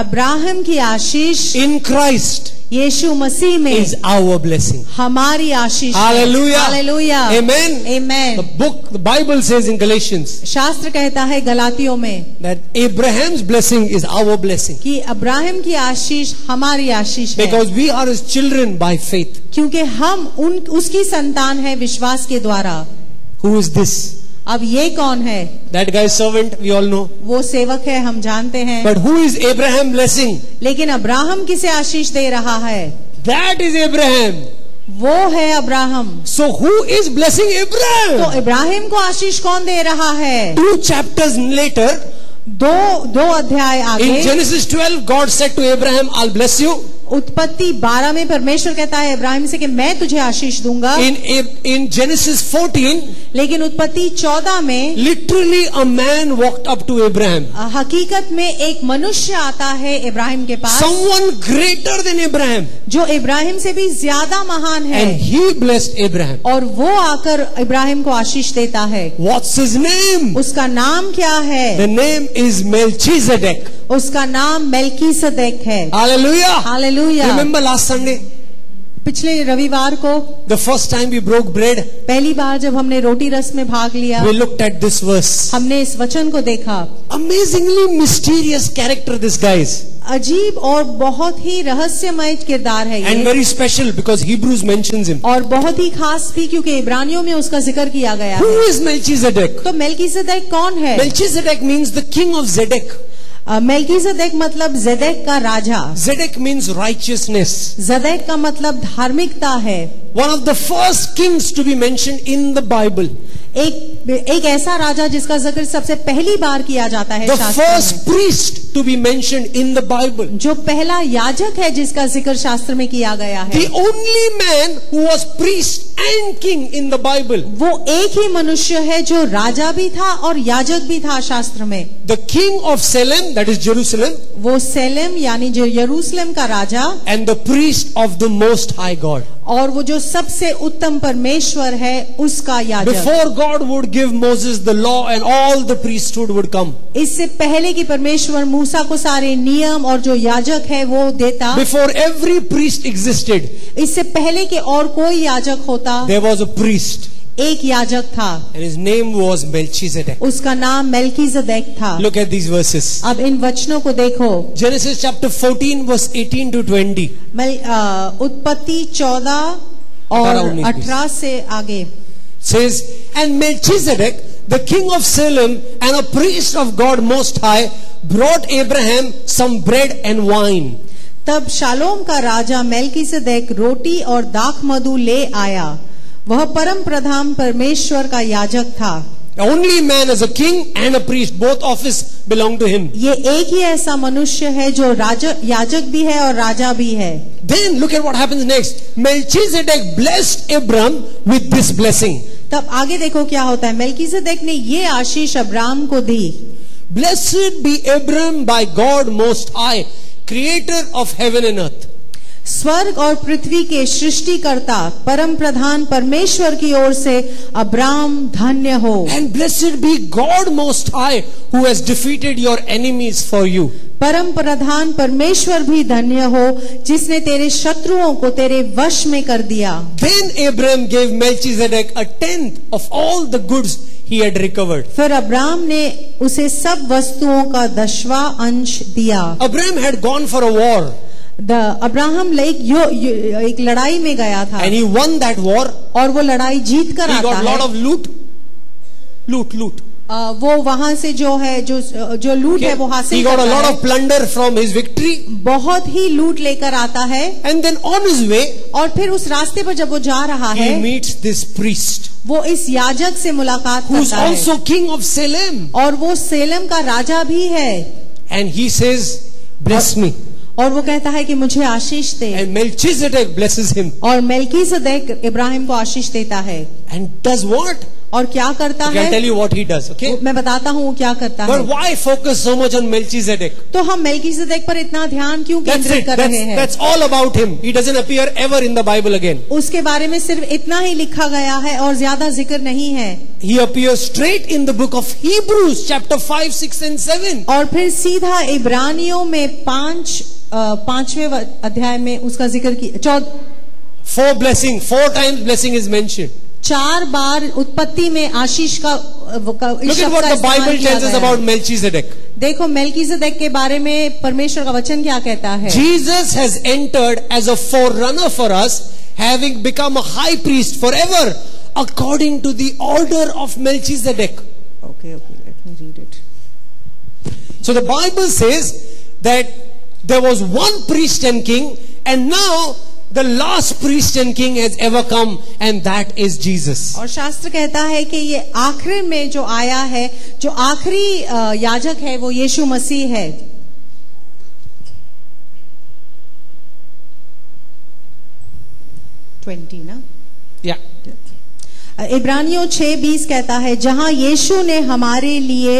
अब्राहम की आशीष
in Christ
यीशु मसीह में
is our blessing.
हमारी आशीष
Hallelujah.
हालेलुया
Amen. The
amen
book, the Bible says in Galatians
शास्त्र कहता है गलातियों में
that Abraham's blessing is our blessing
कि अब्राहम की आशीष हमारी आशीष है
because we are his children by faith.
क्योंकि हम उन उसकी संतान है विश्वास के द्वारा
Who is this?
अब ये कौन है
That guy's servant, we all know.
वो सेवक है हम जानते हैं
But who is Abraham blessing?
लेकिन अब्राहम किसे आशीष दे रहा है
That is Abraham.
वो है Abraham
So who is blessing
तो
Abraham?
इब्राहिम को आशीष कौन दे रहा है
Two chapters later,
दो दो अध्याय
in
आगे
Genesis 12, God said to Abraham, I'll bless you.
उत्पत्ति 12 में परमेश्वर कहता है इब्राहिम से कि मैं तुझे आशीष दूंगा
In, Ab- in Genesis 14,
लेकिन उत्पत्ति 14 में
Literally, a man walked up to Abraham.
हकीकत में एक मनुष्य आता है इब्राहिम के पास
Someone greater than Abraham.
जो इब्राहिम से भी ज्यादा महान
And
है
he blessed Abraham.
और वो आकर इब्राहिम को आशीष देता है
What's his name?
उसका नाम क्या है
The name is Melchizedek.
उसका नाम मेल्कीसदेक है
Hallelujah.
Hallelujah
Remember last Sunday,
पिछले रविवार को
the first time we broke bread,
पहली बार जब हमने रोटी रस में भाग लिया
we looked at this verse.
हमने इस वचन को देखा
Amazingly mysterious character this guy is.
अजीब और बहुत ही रहस्यमय किरदार है
And
ये
very special because Hebrews mentions him.
और बहुत ही खास भी क्योंकि इब्रानियों में उसका जिक्र किया गया
Who
है
is Melchizedek?
तो मेल्कीसदेक कौन है
Melchizedek means the king of Zedek.
अ, मेल्कीसदेक मतलब जदेक का राजा
Zedek means righteousness.
जदेक का मतलब धार्मिकता है
one of the first kings to be mentioned in the Bible,
एक एक ऐसा राजा जिसका जिक्र सबसे पहली बार किया जाता है
the
शास्त्र में।
first priest to be mentioned in the Bible,
जो पहला याजक है जिसका जिक्र शास्त्र में किया गया है
the only man who was priest and king in the Bible,
वो एक ही मनुष्य है जो राजा भी था और याजक भी था शास्त्र में
the king of Salem, that is Jerusalem,
वो सेलेम यानी जो यरूशलेम का राजा
and the priest of the Most High God.
और वो जो सबसे उत्तम परमेश्वर है उसका याजक
Before God would give Moses the law and all the priesthood would come.
इससे पहले कि परमेश्वर मूसा को सारे नियम और जो याजक है वो देता
Before every priest existed,
इससे पहले कि और कोई याजक होता
there was a priest
एक याजक था
and his name was Melchizedek.
उसका नाम मेल्कीजदेक था
Look at these verses.
अब इन वचनों को देखो
Genesis chapter 14 verse 18 to 20.
मेल- अ, उत्पत्ति 14
अठारह,
और
उन्नीस, बीस।
18 से आगे
says, And Melchizedek, the king of Salem and a priest of God Most High, brought Abraham some bread and wine.
तब शालोम का राजा मेल्कीसदेक रोटी और दाख मधु ले आया वह परम प्रधान परमेश्वर का याजक था
The only man as a king and a priest, both office belong to him.
ये एक ही ऐसा मनुष्य है जो राजा याजक भी है और राजा भी है
Then look at what happens next. Melchizedek blessed Abram with this blessing.
तब आगे देखो क्या होता है मेल्कीसदेक ने ये आशीष अब्राम को दी
Blessed be Abram by God Most High, creator of heaven and earth.
स्वर्ग और पृथ्वी के सृष्टिकर्ता परम प्रधान परमेश्वर की ओर से अब्राम धन्य हो
And blessed be God Most High, who has defeated your enemies for you.
परम प्रधान परमेश्वर भी धन्य हो जिसने तेरे शत्रुओं को तेरे वश में कर दिया
Then Abram gave Melchizedek a tenth of all the goods he had recovered.
फिर अब्राम ने उसे सब वस्तुओं का दशवा अंश दिया
Abram had gone for a war
the- Abraham like यो, यो एक लड़ाई में गया था
and he won that war.
और वो लड़ाई जीत कर
He
आता
got lot
है
of loot. Loot, loot.
अ, वो वहां से जो है जो जो लूट है वो
He
हासिल
got a
करता
lot
है
of plunder from his victory.
बहुत ही लूट लेकर आता है
And then on his way,
और फिर उस रास्ते पर जब वो जा रहा
he
है
meets this priest
वो इस याजक से मुलाकात
who's
करता है
also king of Salem.
और वो सेलम का राजा भी है
And he says, Bless me.
और वो कहता है कि मुझे आशीष दे
And Melchizedek blesses him.
और मेल्कीसदेक इब्राहिम को आशीष देता है
And does what?
और क्या करता
Okay, I'll tell
है
you what he does,
वो-
okay?
मैं बताता हूँ वो क्या करता
But
है
why focus so much on Melchizedek?
तो हम मेल्कीसदेक पर इतना ध्यान क्यों
That's
केंद्रित
it.
कर रहे
That's,
हैं
that's all about him. He doesn't appear ever in the Bible again.
उसके बारे में सिर्फ इतना ही लिखा गया है और ज्यादा जिक्र नहीं है
He appears straight in the book of Hebrews, chapter 5, 6, and 7.
और फिर सीधा इब्रानियों में पांच अ, पांचवें व- अध्याय में उसका जिक्र की चौ
Four blessing, four times blessing is mentioned.
चार बार उत्पत्ति में आशीष का, अ, वो का, इस
Look at
शब्द
what
का
the
इस्तेमाल
Bible
किया
tells us
गया है।
about Melchizedek.
देखो मेल्कीसदेक के बारे में परमेश्वर का वचन क्या कहता है
Jesus has entered as a forerunner for us, having become a high priest forever, according to the order of Melchizedek.
Okay okay let me read it
So the Bible says that there was one priest and king, and now the last priest and king has ever come, and that is Jesus.
और शास्त्र कहता है कि ये आखिर में जो आया है जो आखिरी अ, याजक है वो यीशु मसीह है ट्वेंटी ना
Yeah.
इब्रानियों 6:20 कहता है जहां यीशु ने हमारे लिए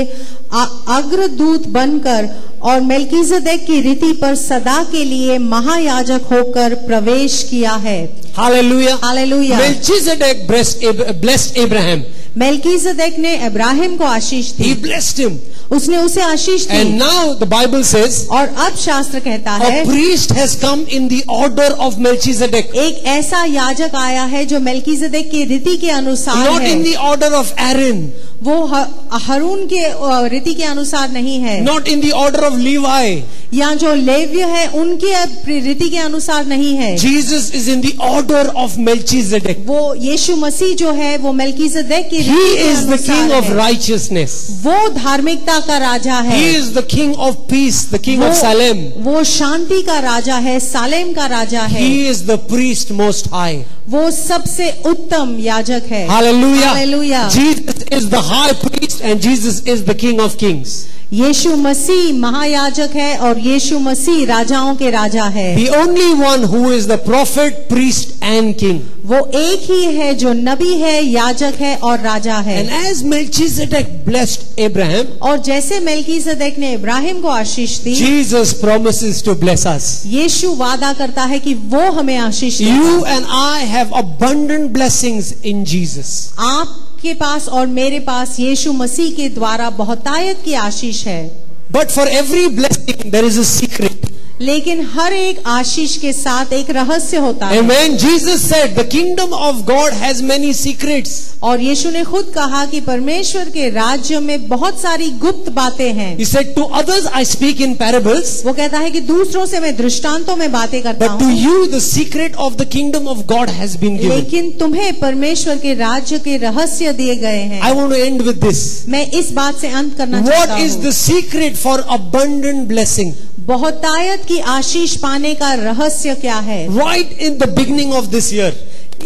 आ- अग्रदूत बनकर और मेल्कीजदेक की रीति पर सदा के लिए महायाजक होकर प्रवेश किया है
Hallelujah.
हालेलुया
Melchizedek blessed Ab- blessed Abraham.
Melchizedek ने इब्राहिम को आशीष
He
दी
blessed him.
उसने उसे आशीष
And
the
now the Bible says
और अब शास्त्र कहता है
a priest has come in the order of Melchizedek.
एक ऐसा याजक आया है जो मेल्कीजदेक की रीति के अनुसार
Not in
है
the order of Aaron,
वो ह- हरून के अ, रीति के अनुसार नहीं है
not in the order of Levi.
या जो लेव्य है उनके रीति के अनुसार नहीं है
Jesus is in the order of Melchizedek.
वो यीशु मसीह जो है वो मेल्कीजदेक की
He
रीति के
is the
अनुसार
king of
है।
righteousness.
वो धार्मिकता का राजा है
He is the king of peace, the king
वो,
of Salem.
वो शांति का राजा है सालेम का राजा है
He is the priest most high.
वो सबसे उत्तम याजक है
Hallelujah.
Hallelujah.
Jesus is the high priest and Jesus is the king of kings.
यीशु मसीह महायाजक है और यीशु मसीह राजाओं के राजा है
The only one who is the prophet, priest and king.
वो एक ही है जो नबी है याजक है और राजा है
And as Melchizedek blessed Abraham,
और जैसे मेल्कीसदेक ने इब्राहिम को आशीष दी
Jesus promises to bless us.
यीशु वादा करता है कि वो हमें आशीष
You
देगा
and I have abundant blessings in Jesus.
आपके पास और मेरे पास यीशु मसीह के द्वारा बहुतायत की आशीष है
But for every blessing, there is a secret.
लेकिन हर एक आशीष के साथ एक रहस्य होता है
Amen. Jesus said, The kingdom of God has many secrets.
और यीशु ने खुद कहा कि परमेश्वर के राज्य में बहुत सारी गुप्त बातें हैं
He said, To others I speak in parables,
वो कहता है कि दूसरों से मैं दृष्टांतों में बातें करता
but to
हूँ
you the secret of the kingdom of God has been given.
लेकिन तुम्हें परमेश्वर के राज्य के रहस्य दिए गए
I
हैं
want to end with this.
मैं इस बात से अंत करना चाहता
What is
हूँ
the secret for abundant blessing?
बहुतायत की आशीष पाने का रहस्य क्या है
Right in the beginning of this year,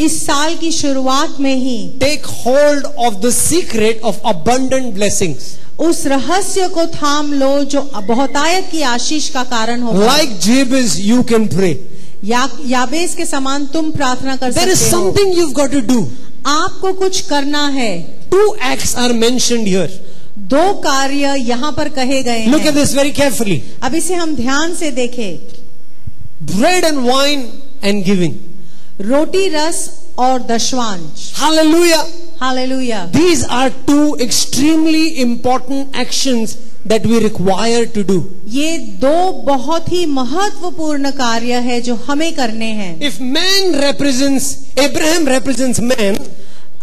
इस साल की शुरुआत में ही
take hold of the secret of abundant blessings.
उस रहस्य को थाम लो जो बहुतायत की आशीष का कारण होगा
Like Jabez, you can pray.
या, याबेस के समान तुम प्रार्थना कर
There is
सकते हो
something you've got to do.
आपको कुछ करना है
Two acts are mentioned here.
दो कार्य यहाँ पर कहे गए
Look at
हैं
this very carefully.
अब इसे हम ध्यान से देखें
bread and wine and giving.
रोटी रस और दशवांश
Hallelujah.
हालेलुया
These are two extremely important actions that we require to do.
ये दो बहुत ही महत्वपूर्ण कार्य है जो हमें करने हैं
If man represents, Abraham represents man,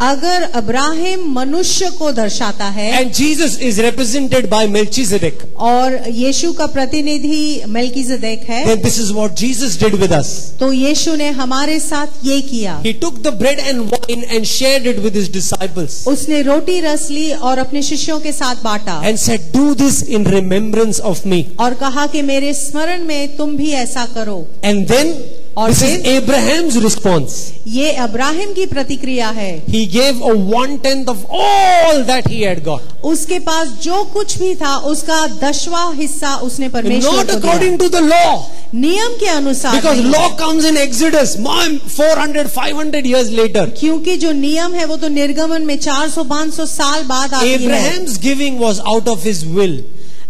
अगर अब्राहिम मनुष्य को दर्शाता है
And Jesus is represented by Melchizedek.
और यीशु का प्रतिनिधि मलकीजदेक है
Then this is what Jesus did with us.
तो यीशु ने हमारे साथ ये किया
He took the bread and wine and shared it with his disciples
उसने रोटी रस ली और अपने शिष्यों के साथ बांटा
and said, Do this in remembrance of me.
और कहा कि मेरे स्मरण में तुम भी ऐसा करो
And then,
और
this is Abraham's response.
ये अब्राहिम की प्रतिक्रिया है
He gave a one tenth of all that he had got.
उसके पास जो कुछ भी था उसका दसवां हिस्सा उसने परमेश्वर
Not
को दिया
according to the law.
नियम के अनुसार
Because
नहीं।
law comes in Exodus, mom, 400, 500 years later.
क्योंकि जो नियम है वो तो निर्गमन में 400 500 साल बाद
Ah,
आती है
Abraham's giving was out of his will.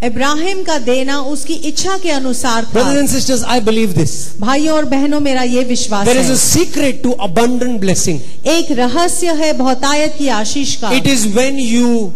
Ibrahim का देना उसकी इच्छा के अनुसार
Brothers
था
and sisters, I believe this.
भाइयों और बहनों मेरा ये विश्वास
There is a
है
secret to abundant blessing.
एक रहस्य है बहुतायत की आशीष का
It is when you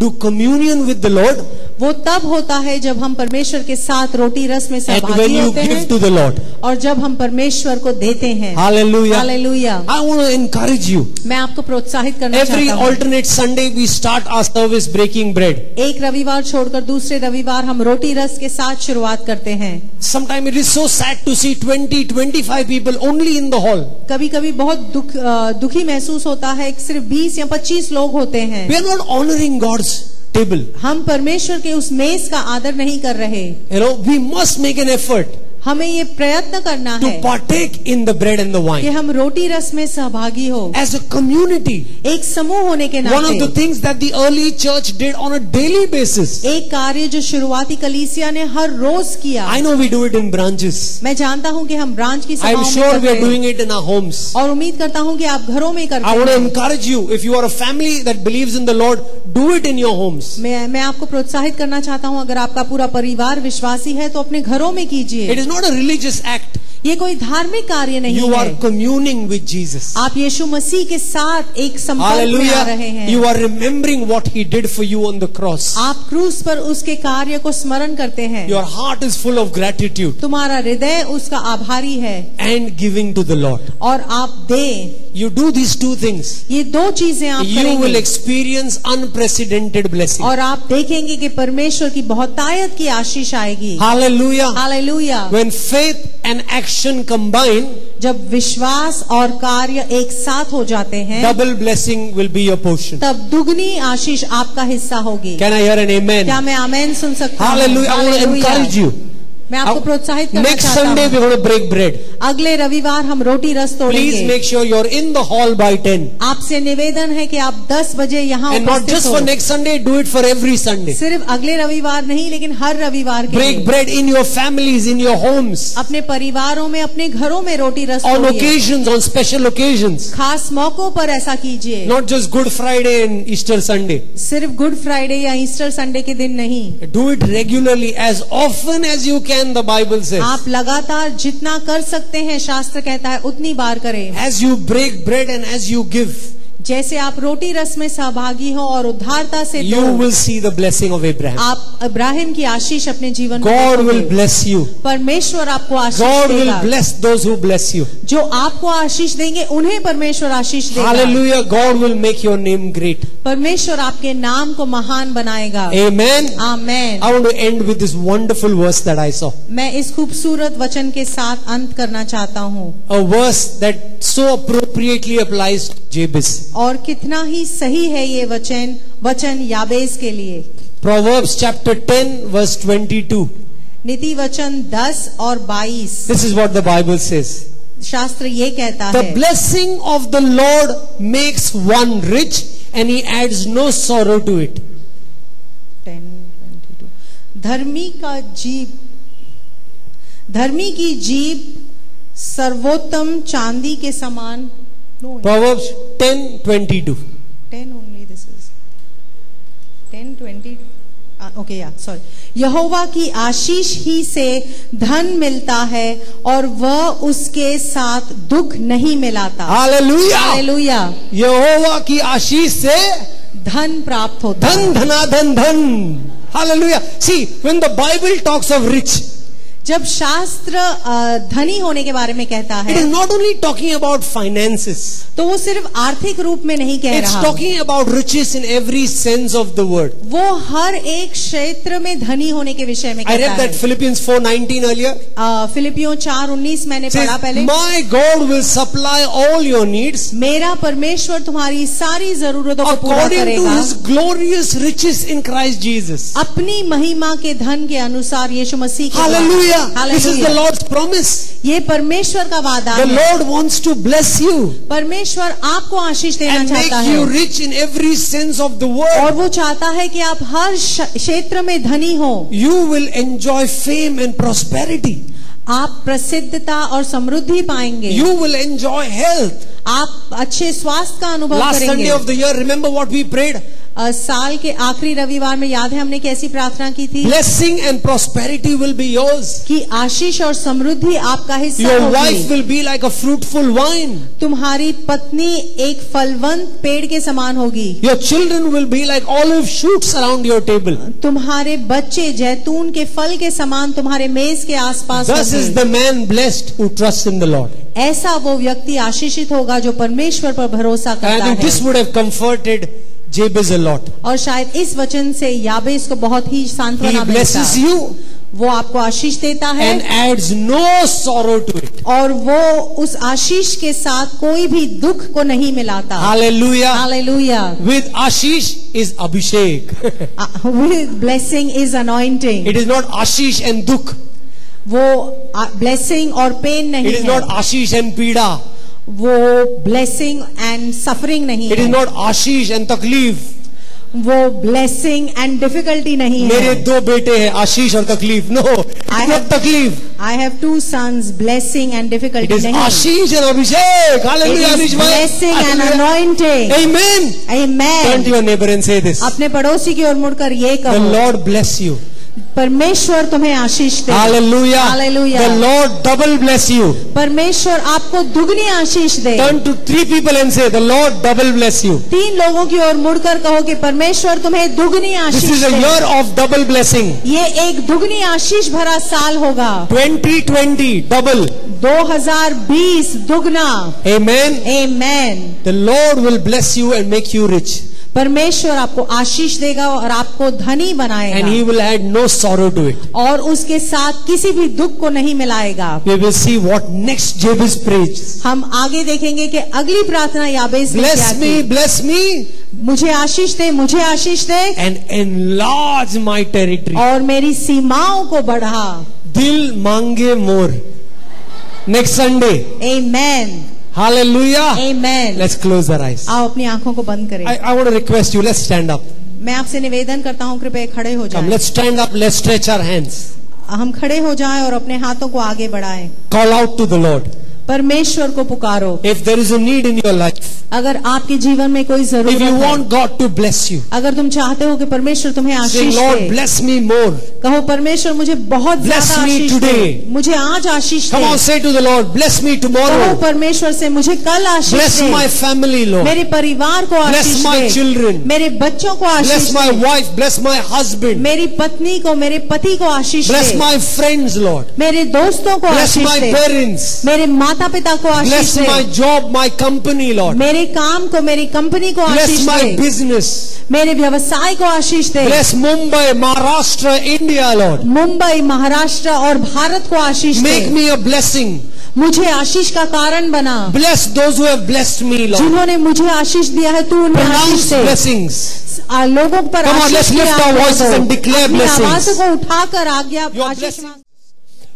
do communion with the Lord
वो तब होता है जब हम परमेश्वर के साथ रोटी रस में
and when
सहभागी
you
होते
give to
हैं
the Lord.
और जब हम परमेश्वर को देते हैं
Hallelujah.
Hallelujah
I want to encourage you.
मैं आपको प्रोत्साहित करना
Every
चाहता हूँ
alternate Sunday we start our service breaking bread.
एक रविवार छोड़कर दूसरे रविवार हम रोटी रस के साथ शुरुआत करते हैं
Sometimes it is so sad to see 20, 25 people only in the hall.
कभी कभी बहुत दुख अ, दुखी महसूस होता है कि सिर्फ 20 या 25 लोग होते
We
हैं
are not honoring God's table.
हम परमेश्वर के उस मेज का आदर नहीं कर रहे
You know, we must make an effort
हमें ये प्रयत्न करना
to
है
partake in the bread and the
कि
wine.
हम रोटी रस में सहभागी हो
As a community,
एक समूह होने के
one of the
नाते
things that the early church did on a daily basis.
एक कार्य जो शुरुआती कलीसिया ने हर रोज किया
I know we do it in branches.
मैं जानता हूँ कि हम ब्रांच की
I'm
सभाओं
sure
में
we are
करते हैं
doing it in our homes.
और उम्मीद करता हूँ कि आप घरों में
I
करते
want to
हैं
encourage you if you are a family that believes in the Lord, do it in your homes.
मैं मैं आपको प्रोत्साहित करना चाहता हूँ अगर आपका पूरा परिवार विश्वासी है तो अपने घरों में कीजिए
It is not a religious act.
ये कोई धार्मिक कार्य नहीं
You are
है
communing with Jesus.
आप यीशु मसीह के साथ एक संपर्क में आ रहे
Hallelujah. You
हैं
are remembering what He did for you on the cross.
आप क्रूस पर उसके कार्य को स्मरण करते हैं
Your heart is full of gratitude
तुम्हारा हृदय उसका आभारी है
and giving to the Lord.
और आप दें
You do these two things,
ये दो चीजें आप
you will
करेंगे
experience unprecedented blessing.
और आप देखेंगे कि परमेश्वर की बहुतायत की आशीष आएगी Ah.
Hallelujah.
Hallelujah
When faith and action combine,
जब विश्वास और कार्य एक साथ हो जाते हैं
double blessing will be your portion.
तब दुगनी आशीष आपका हिस्सा होगी
Can I hear an
क्या
amen?
मैं आमेन सुन सकता हूँ?
Hallelujah. I want to
hallelujah.
encourage you.
मैं आपको प्रोत्साहित करना
Next
चाहता
Sunday
हूँ
we're going to break bread.
अगले रविवार हम रोटी रस
Please
तोड़ेंगे
make sure you're in the hall by 10.
आपसे निवेदन है कि आप 10 बजे यहाँ
And not
उपस्थित
just for
हो
next Sunday, do it for every Sunday.
सिर्फ अगले रविवार नहीं लेकिन हर रविवार के
Break
लिए
bread in your families, in your homes,
अपने परिवारों में अपने घरों में रोटी रस
on
तोड़िए
occasions, on special occasions.
खास मौकों पर ऐसा कीजिए
Not just Good Friday and Easter Sunday.
सिर्फ गुड फ्राइडे या ईस्टर संडे के दिन नहीं
Do it regularly as often as you can, the Bible says.
आप लगातार जितना कर सकते हैं शास्त्र कहता है उतनी बार करें
As you break bread and as you give,
जैसे आप रोटी रस में सहभागी हो और उद्धारता से दो,
you will see the blessing of Abraham.
आप इब्राहिम की आशीष अपने जीवन में
God
देखोगे।
will bless you.
परमेश्वर आपको आशीष
God will
देगा
bless those who bless you.
जो आपको आशीष देंगे उन्हें परमेश्वर आशीष देगा
Hallelujah. God will make your name great.
परमेश्वर आपके नाम को महान बनाएगा
Amen.
आमेन
I want to end with this wonderful verse that I saw.
मैं इस खूबसूरत वचन के साथ अंत करना चाहता हूँ
A verse that so appropriately applies to Jabez.
और कितना ही सही है ये वचन वचन याबेज के लिए
Proverbs chapter 10, verse 22.
नीति वचन 10 और 22
This is what the Bible says.
शास्त्र ये कहता
The
है
blessing of the Lord makes one rich and he adds no sorrow to it.
10, 22. धर्मी का जीव धर्मी की जीव सर्वोत्तम चांदी के समान no
Proverbs 10 22.
10 only this is 10 20 okay या सॉरी यहोवा की आशीष ही से धन मिलता है और वह उसके साथ दुख नहीं मिलाता
Hallelujah.
हालेलुया
यहोवा की आशीष से
धन प्राप्त होता है
Dhan, dhana, dhan, dhan. Hallelujah. See, when the Bible talks of rich,
जब शास्त्र अ, धनी होने के बारे में कहता
It is
है
not only talking about finances,
तो वो सिर्फ आर्थिक रूप में नहीं कह
it's
रहा
talking about riches in every sense of the word.
वो हर एक क्षेत्र में धनी होने के विषय में
I read
कहता
that
है
Philippians 4:19 earlier. It
अ, फिलिपियो चार उन्नीस मैंने
says,
पढ़ा पहले
My God will supply all your needs
मेरा परमेश्वर तुम्हारी सारी जरूरतों को पूरा
according to
करेगा
his glorious riches in Christ Jesus.
अपनी महिमा के धन के अनुसार यीशु मसीह के
Hallelujah. This is the
hallelujah
Lord's promise.
ये परमेश्वर का वादा
The
है
Lord wants to bless you
परमेश्वर आपको आशीष देना
and make
चाहता
you
है
rich in every sense of the
और
word.
वो चाहता है कि आप हर श- क्षेत्र में धनी हो
You will enjoy fame and prosperity.
आप प्रसिद्धता और समृद्धि पाएंगे
You will enjoy health.
आप अच्छे स्वास्थ्य का अनुभव
Last
करेंगे
Sunday of the year, remember what we prayed?
अ, साल के आखिरी रविवार में याद है हमने कैसी प्रार्थना की थी
Blessing and prosperity will be yours.
कि आशीष और समृद्धि आपका हिस्सा
Your
होगी
wife will be like a fruitful wine.
तुम्हारी पत्नी एक फलवंत पेड़ के समान होगी
Your children will be like olive shoots around your table.
तुम्हारे बच्चे जैतून के फल के समान तुम्हारे मेज के आसपास
Thus is
होंगे
the man blessed who trusts in the Lord.
ऐसा वो व्यक्ति आशीषित होगा जो परमेश्वर पर भरोसा
And I
करता
think
है
this would have comforted Jabez a lot.
और शायद इस वचन से याबेस को बहुत ही
He
सांत्वना
blesses
मिलता
you
वो आपको आशीष देता है
and adds no sorrow to it.
और वो उस आशीष के साथ कोई भी दुख को नहीं मिलाता
Hallelujah.
Hallelujah
With Ashish is Abhishek. <laughs>
With blessing is anointing
It is not Ashish and Dukh.
वो ब्लेसिंग और पेन
It
नहीं
is
है
not Ashish and Pida.
वो ब्लेसिंग एंड सफरिंग नहीं
It is
है
not Ashish and Takleef.
वो blessing and difficulty नहीं
मेरे
है
दो बेटे हैं आशीष और तकलीफ नो
I
नॉट
have-
तकलीफ
I have two sons blessing and
it
difficulty
is
नहीं
आशीष एंड अभिषेक हालेलुया
इट
आशीष
इज
भाई
blessing and anointing
amen turn to
amen
your neighbour and say this
अपने पड़ोसी की ओर मुड़कर ये
The
कहो
Lord bless you.
परमेश्वर तुम्हें आशीष दे
Hallelujah.
Hallelujah.
The Lord double bless you.
परमेश्वर आपको दुगनी आशीष दे
Turn to three people and say, The Lord double bless you.
तीन लोगों की ओर मुड़कर कहो कि परमेश्वर तुम्हें दुगनी
This
आशीष
is a
दे
year of double blessing.
ये एक दुगनी आशीष भरा साल होगा
2020 double.
2020 दुगना
Amen.
Amen
The Lord will bless you and make you rich.
परमेश्वर आपको आशीष देगा और आपको धनी
And He
बनाएगा
will add no sorrow to it.
और उसके साथ किसी भी दुख को नहीं मिलाएगा
We will see what next Jabez prays.
हम आगे देखेंगे कि अगली प्रार्थना याबेस ने क्या
Bless me,
की।
bless me,
मुझे आशीष दे मुझे आशीष दे
and enlarge my territory.
और मेरी सीमाओं को बढ़ा
Dil mange more. Next Sunday.
Amen
Hallelujah.
Amen
Let's close our eyes.
आओ अपनी आंखों को बंद करें
I, I want to request you, let's stand up.
मैं आपसे निवेदन करता हूँ कृपया खड़े हो
Come,
जाएं
let's stand up, let's stretch our hands.
हम खड़े हो जाएं और अपने हाथों को आगे बढ़ाएं
Call out to the Lord.
परमेश्वर को पुकारो
If there is a need in your life,
अगर आपके जीवन में कोई
if
जरूरत
you
है
want God to bless you,
अगर तुम चाहते हो कि परमेश्वर तुम्हें
say,
आशीष
Lord,
दे
bless me more.
कहो परमेश्वर मुझे बहुत
Bless
ज्यादा
me
आशीष दे
today.
मुझे आज आशीष
Come
they
on, say to the Lord, bless me
कहो
tomorrow.
परमेश्वर से मुझे कल आशीष
Bless my
they
family, Lord.
मेरे परिवार को
Bless
Ashish
my
they
children.
मेरे बच्चों को आशीष
Bless my
दे
wife, bless my husband.
मेरी पत्नी को मेरे पति को आशीष
Bless
they
my friends, Lord.
मेरे दोस्तों को
Bless
Ashish
my
they
parents.
मेरे माता पिता को आशीष
Bless my
they
job, my company, Lord.
मेरे काम को मेरी कंपनी को आशीष
Bless my
दे
business.
मेरे व्यवसाय को आशीष दे
Bless Mumbai, Maharashtra, India, Lord.
Mumbai Maharashtra और भारत को आशीष दे
Make me a blessing.
मुझे आशीष का कारण बना
Bless those who have blessed me, Lord.
जिन्होंने मुझे आशीष दिया है तू उन्हें आशीष
Pronounce
दे
blessings.
आ, लोगों पर
Come on,
आशीष
let's
की
lift our
आज्ञा
voices
दो।
and declare
अपनी
blessings.
आवाजों को उठाकर आज्ञा
Your
आशीष
blessings.
मांग-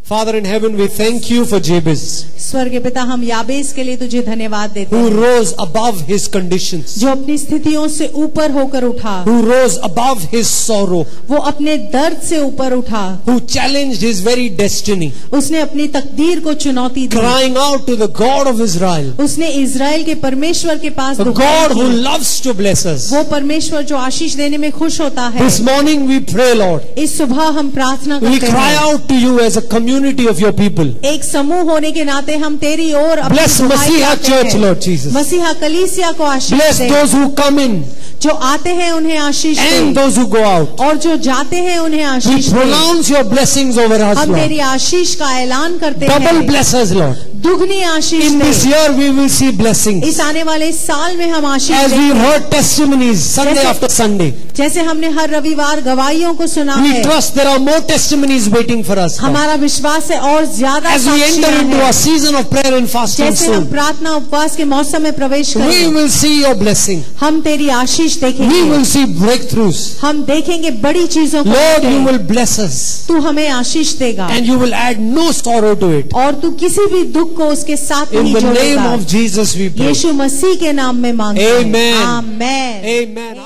Father in heaven, we thank you for Jabez,
स्वर्गीय पिता हम याबेस के लिए तुझे धन्यवाद देते
who
हैं
rose above his conditions,
जो अपनी स्थितियों से ऊपर होकर उठा
who rose above his sorrow,
वो अपने दर्द से ऊपर उठा
who challenged his very destiny,
उसने अपनी तकदीर को चुनौती दी
crying out to the God of Israel,
उसने इसराइल के परमेश्वर के पास
the
दुहाई
God who
की।
loves to bless us.
वो परमेश्वर जो आशीष देने में खुश होता है
This morning we pray, Lord.
इस सुबह हम प्रार्थना
We
करते
cry
हैं
out to you as a community of your people.
एक समूह होने के नाते हम तेरी ओर अपनी
Bless
दुहाई
मसीहा
करते
church,
हैं।
Lord Jesus.
मसीहा कलीसिया को आशीष
Bless
दे
those who come in
जो आते हैं उन्हें आशीष
and
दे
those who go out.
और जो जाते हैं उन्हें
We
Ashish they
pronounce your blessings over us,
हम तेरी
Lord.
आशीष का ऐलान करते
Double
हैं
bless us, Lord.
दुगनी आशीष
In this
they
year, we will see blessings
इस आने वाले साल में हम आशीष
as we
देंगे
heard testimonies Sunday after Sunday.
जैसे हमने हर रविवार गवाहियों को सुना
We
है
trust there are more testimonies waiting for us. Lord.
हमारा विश्वास है और ज्यादा
As we enter
साक्षियाँ
into
हैं।
our season of prayer and fasting
जैसे हम
soon,
प्रार्थना उपवास के मौसम में प्रवेश
we
करें
will see your blessing.
हम तेरी आशीष
We
देखेंगे
will see breakthroughs.
हम देखेंगे बड़ी चीजों को
Lord,
होते।
you will bless us
तू हमें आशीष देगा
and you will add no sorrow to it.
और तू किसी भी दुख को उसके साथ
In
नहीं
the name
जोड़ेगा
of Jesus, we pray.
यीशु मसीह के नाम में मांगते हैं
Amen.
आमेन
Amen.